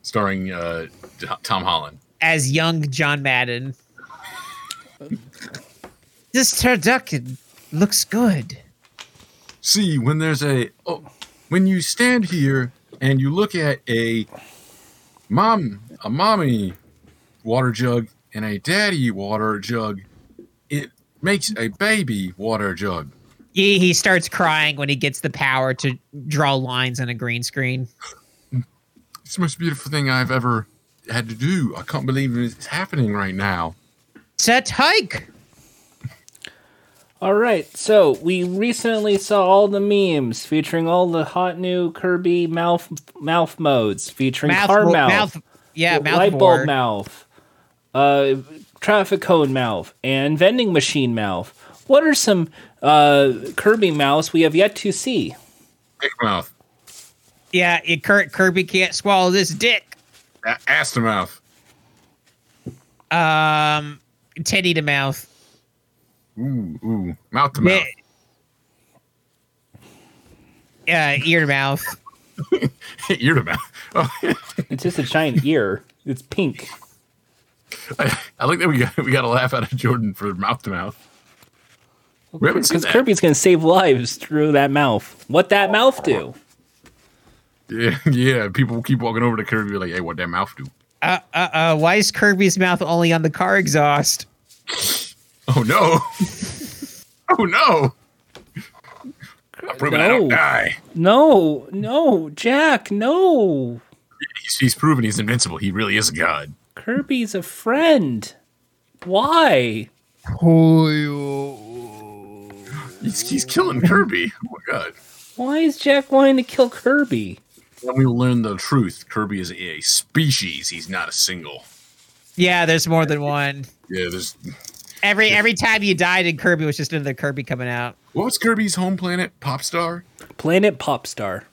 Speaker 1: starring uh, T- Tom Holland.
Speaker 2: as young John Madden. this turducken looks good.
Speaker 1: See, when there's a oh, when you stand here and you look at a mom a mommy water jug and a daddy water jug, it makes a baby water jug.
Speaker 2: He, he starts crying when he gets the power to draw lines on a green screen.
Speaker 1: It's the most beautiful thing I've ever had to do. I can't believe it's happening right now.
Speaker 2: Set hike.
Speaker 3: All right, so we recently saw all the memes featuring all the hot new Kirby mouth mouth modes featuring
Speaker 2: Mouth
Speaker 3: car
Speaker 2: wo-
Speaker 3: mouth,
Speaker 2: mouth- yeah, mouth
Speaker 3: light bulb
Speaker 2: board.
Speaker 3: mouth, uh, traffic cone mouth, and vending machine mouth. What are some uh, Kirby mouths we have yet to see?
Speaker 1: Dick mouth,
Speaker 2: Yeah, it, Kir- Kirby can't swallow this dick.
Speaker 1: a- ass to mouth.
Speaker 2: Um, teddy to mouth.
Speaker 1: Ooh, ooh, mouth to mouth.
Speaker 2: Yeah, ear to mouth.
Speaker 1: Ear to mouth. Oh,
Speaker 3: It's just a giant ear. It's pink.
Speaker 1: I, I like that we got we got a laugh out of Jordan for mouth to mouth. We haven't seen
Speaker 3: Because
Speaker 1: that.
Speaker 3: Kirby's going to save lives through that mouth. What that mouth do?
Speaker 1: Yeah, yeah. People keep walking over to Kirby and be like, "Hey, what that mouth do?"
Speaker 2: Uh, uh, uh. Why is Kirby's mouth only on the car exhaust?
Speaker 1: Oh no! oh no! I'm proving I don't
Speaker 3: No.
Speaker 1: die.
Speaker 3: No, no, Jack, no.
Speaker 1: He's, he's proven he's invincible. He really is a god.
Speaker 3: Kirby's a friend. Why?
Speaker 1: He's, he's killing Kirby. Oh my god!
Speaker 3: Why is Jack wanting to kill Kirby?
Speaker 1: When we learn the truth, Kirby is a species. He's not a single.
Speaker 2: Yeah, there's more than one.
Speaker 1: Yeah, there's.
Speaker 2: Every every time you died in Kirby was just another Kirby coming out.
Speaker 1: What was Kirby's home planet? Popstar.
Speaker 3: Planet Popstar.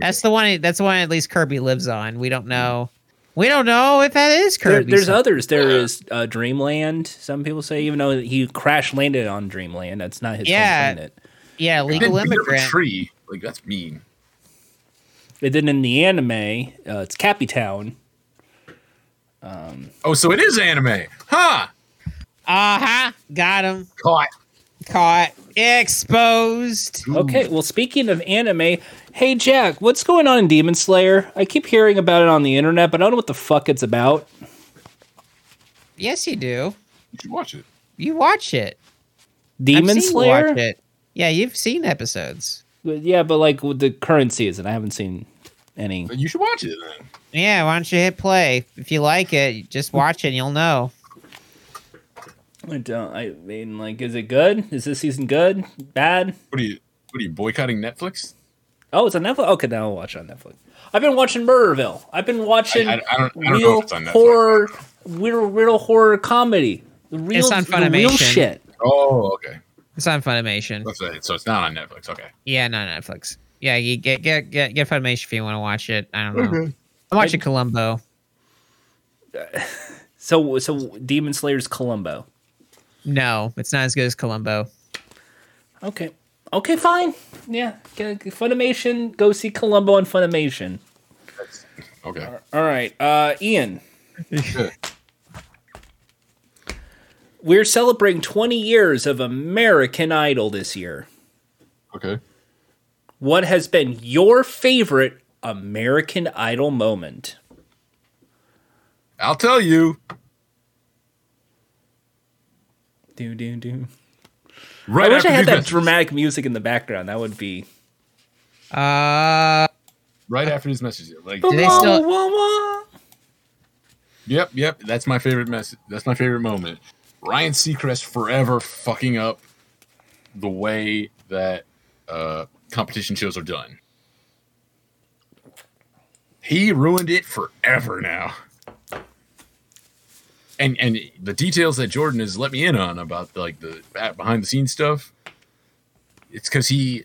Speaker 2: That's the one. That's the one. At least Kirby lives on. We don't know. We don't know if that is
Speaker 3: There,
Speaker 2: Kirby.
Speaker 3: there's others. There is uh, Dreamland. Some people say, even though he crash landed on Dreamland, that's not his
Speaker 2: Yeah.
Speaker 3: home planet.
Speaker 2: Yeah, legal
Speaker 1: Didn't beat up A
Speaker 2: immigrant.
Speaker 1: tree. Like that's mean.
Speaker 3: And then in the anime, uh, it's Cappy Town.
Speaker 1: Oh, so it is anime, huh?
Speaker 2: Uh huh. Got him.
Speaker 1: Caught.
Speaker 2: Caught. Exposed.
Speaker 3: Okay, well, speaking of anime, hey Jack, what's going on in Demon Slayer? I keep hearing about it on the internet, but I don't know what the fuck it's about.
Speaker 2: Yes, you do.
Speaker 1: You should watch it.
Speaker 2: You watch it. I've
Speaker 3: Demon
Speaker 2: seen you
Speaker 3: Slayer?
Speaker 2: Watch it. Yeah, you've seen episodes.
Speaker 3: But Yeah, but like with the current season, I haven't seen any.
Speaker 1: You should watch it. Then.
Speaker 2: Yeah, why don't you hit play? If you like it, just watch it and you'll know.
Speaker 3: I don't. I mean, like, is it good? Is this season good? Bad?
Speaker 1: What are you? What are you boycotting Netflix?
Speaker 3: Oh, it's on Netflix. Okay, now I'll watch it on Netflix. I've been watching Murderville. I've been watching
Speaker 1: I- I- I don't- I don't know
Speaker 3: real
Speaker 1: if it's on Netflix.
Speaker 3: horror, real, real horror comedy. The real,
Speaker 2: on
Speaker 3: the real
Speaker 2: Funimation.
Speaker 3: shit.
Speaker 1: Oh, okay.
Speaker 2: It's on Funimation.
Speaker 1: That's it. So it's not on Netflix. Okay.
Speaker 2: Yeah, not Netflix. Yeah, you get get get get Funimation if you want to watch it. I don't know. I'm watching Columbo.
Speaker 3: So, so Demon Slayer's Columbo.
Speaker 2: No, it's not as good as Columbo.
Speaker 3: Okay. Okay, fine. Yeah. G- g- Funimation, go see Columbo on Funimation.
Speaker 1: Okay.
Speaker 3: All right. Uh, Ian. We're celebrating 20 years of American Idol this year.
Speaker 1: Okay.
Speaker 3: What has been your favorite American Idol moment?
Speaker 1: I'll tell you.
Speaker 3: Do, do, do.
Speaker 1: Right
Speaker 3: I wish I
Speaker 1: after
Speaker 3: had
Speaker 1: these
Speaker 3: that
Speaker 1: messages.
Speaker 3: dramatic music in the background. That would be.
Speaker 2: Uh,
Speaker 1: Right after these messages. Like,
Speaker 2: do they still?
Speaker 3: Wah, wah, wah.
Speaker 1: yep, yep. That's my favorite message. That's my favorite moment. Ryan Seacrest forever fucking up the way that uh, competition shows are done. He ruined it forever now. And and the details that Jordan has let me in on about like the behind the scenes stuff, it's because he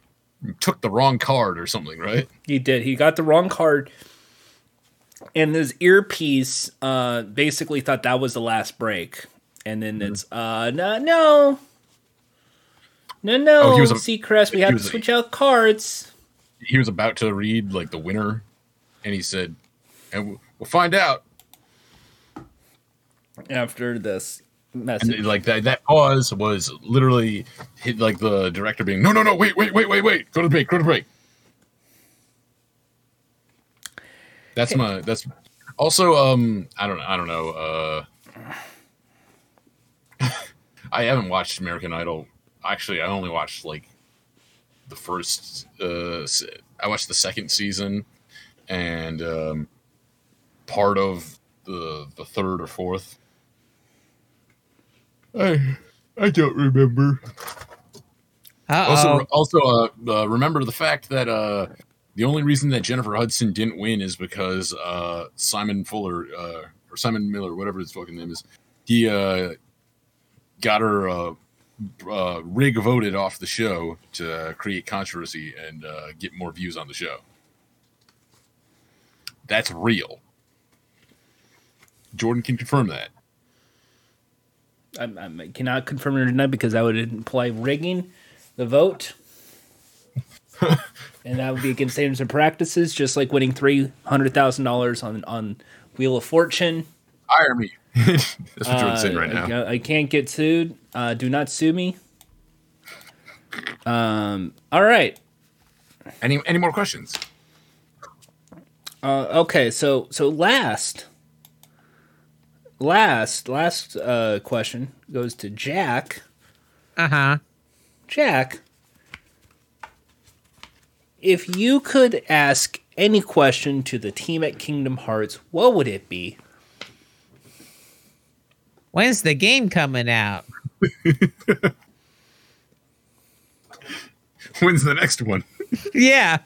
Speaker 1: took the wrong card or something, right?
Speaker 3: He did. He got the wrong card. And his earpiece uh, basically thought that was the last break. And then it's, uh, no, no. No, no.
Speaker 1: Oh, he was a-
Speaker 3: Seacrest, we
Speaker 1: he
Speaker 3: have to
Speaker 1: was a-
Speaker 3: switch out cards.
Speaker 1: he was about to read like the winner, and he said, "And w- we'll find out."
Speaker 3: After this
Speaker 1: And
Speaker 3: message.
Speaker 1: it- like that, that pause was literally hit like the director being, "No, no, no, wait, wait, wait, wait, wait, go to break, go to break." That's my. That's also. Um, I don't. I don't know. Uh, I haven't watched American Idol. Actually, I only watched like the first. Uh, s- I watched the second season, and um, part of the the third or fourth. I I don't remember.
Speaker 2: Uh-oh.
Speaker 1: Also, also uh, uh, remember the fact that uh, the only reason that Jennifer Hudson didn't win is because uh, Simon Fuller uh, or Simon Miller, whatever his fucking name is, he uh, got her uh, uh, rig voted off the show to uh, create controversy and uh, get more views on the show. That's real. Jordan can confirm that.
Speaker 3: I, I cannot confirm or deny because that would imply rigging the vote. and that would be against standards and practices, just like winning $300,000 on, on Wheel of Fortune.
Speaker 1: Hire me. That's what Jordan's saying
Speaker 3: Uh,
Speaker 1: right now.
Speaker 3: I, I can't get sued. Uh, do not sue me. Um. All right.
Speaker 1: Any any more questions?
Speaker 3: Uh, okay. So so last, last last uh, question goes to Jack.
Speaker 2: Uh huh.
Speaker 3: Jack, if you could ask any question to the team at Kingdom Hearts, what would it be?
Speaker 2: When's the game coming out?
Speaker 1: When's the next one?
Speaker 2: Yeah.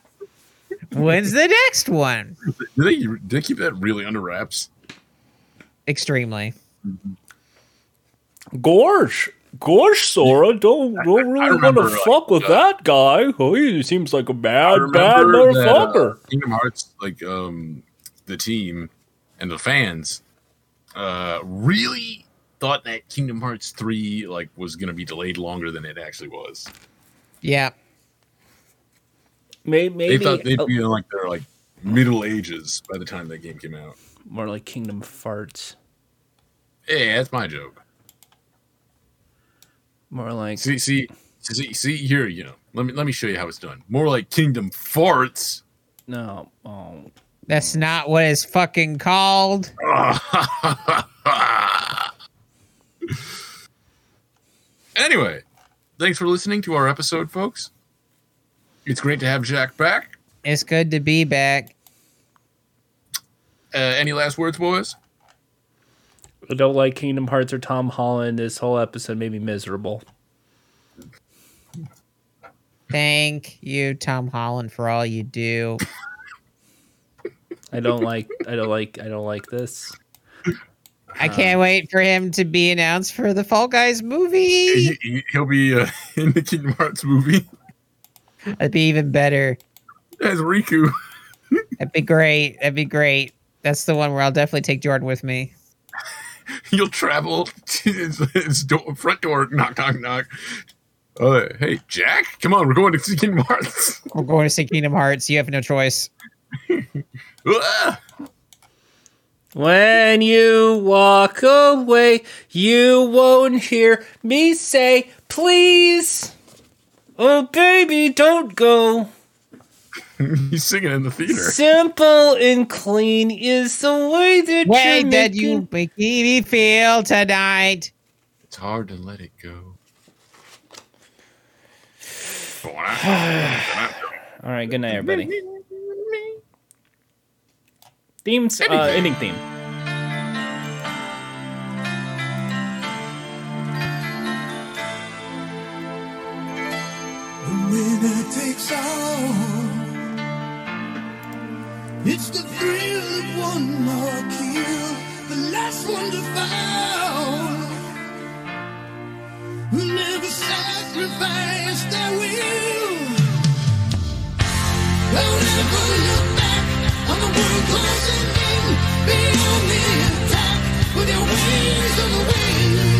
Speaker 2: When's the next one?
Speaker 1: Do they do they keep that really under wraps?
Speaker 2: Extremely.
Speaker 8: Gorsh. Gorsh, Sora, don't, don't
Speaker 1: I
Speaker 8: really want
Speaker 1: remember,
Speaker 8: to
Speaker 1: like,
Speaker 8: fuck with
Speaker 1: uh,
Speaker 8: that guy. Oh, he seems like a
Speaker 1: I
Speaker 8: bad, bad
Speaker 1: remember that, uh,
Speaker 8: motherfucker.
Speaker 1: Kingdom Hearts, like um, the team and the fans, uh, really thought that Kingdom Hearts three like was going to be delayed longer than it actually was.
Speaker 2: Yeah.
Speaker 3: May-
Speaker 1: They
Speaker 3: Maybe,
Speaker 1: thought they'd
Speaker 3: oh,
Speaker 1: be in like their like middle ages by the time that game came out.
Speaker 3: more like Kingdom Farts.
Speaker 1: Yeah, that's my joke.
Speaker 3: More like
Speaker 1: See, see, see, see here. You know, let me let me show you how it's done. More like Kingdom Farts.
Speaker 3: no. Oh,
Speaker 2: That's not what it's fucking called.
Speaker 1: Anyway, thanks for listening to our episode, folks. It's great to have Jack back.
Speaker 2: It's good to be back.
Speaker 1: Uh, any last words, boys?
Speaker 3: I don't like Kingdom Hearts or Tom Holland. This whole episode made me miserable.
Speaker 2: Thank you, Tom Holland, for all you do.
Speaker 3: I don't like. I don't like. I don't like this.
Speaker 2: I can't wait for him to be announced for the Fall Guys movie.
Speaker 1: He, will be uh, in the Kingdom Hearts movie
Speaker 2: That'd be even better.
Speaker 1: as Riku.
Speaker 2: That'd be great. That'd be great. That's the one where I'll definitely take Jordan with me.
Speaker 1: You'll travel to his, his door, front door, knock, knock, knock. Uh, hey, Jack, come on, we're going to see Kingdom Hearts.
Speaker 2: We're going to see Kingdom Hearts. You have no choice.
Speaker 1: Ah!
Speaker 3: When you walk away, you won't hear me say, please. Oh, baby, don't go.
Speaker 1: He's singing in the theater.
Speaker 3: Simple and clean is the way that
Speaker 2: Way
Speaker 3: you're
Speaker 2: that
Speaker 3: making-
Speaker 2: you make me feel tonight.
Speaker 1: It's hard to let it go.
Speaker 3: All right, good night, everybody. Themes, uh, ending theme.
Speaker 11: The winner takes all. It's the thrill of one more kill, the last one to fall. Who never sacrificed their will. Don't ever look back on the world closing in. Be on the attack with your wings of the wind.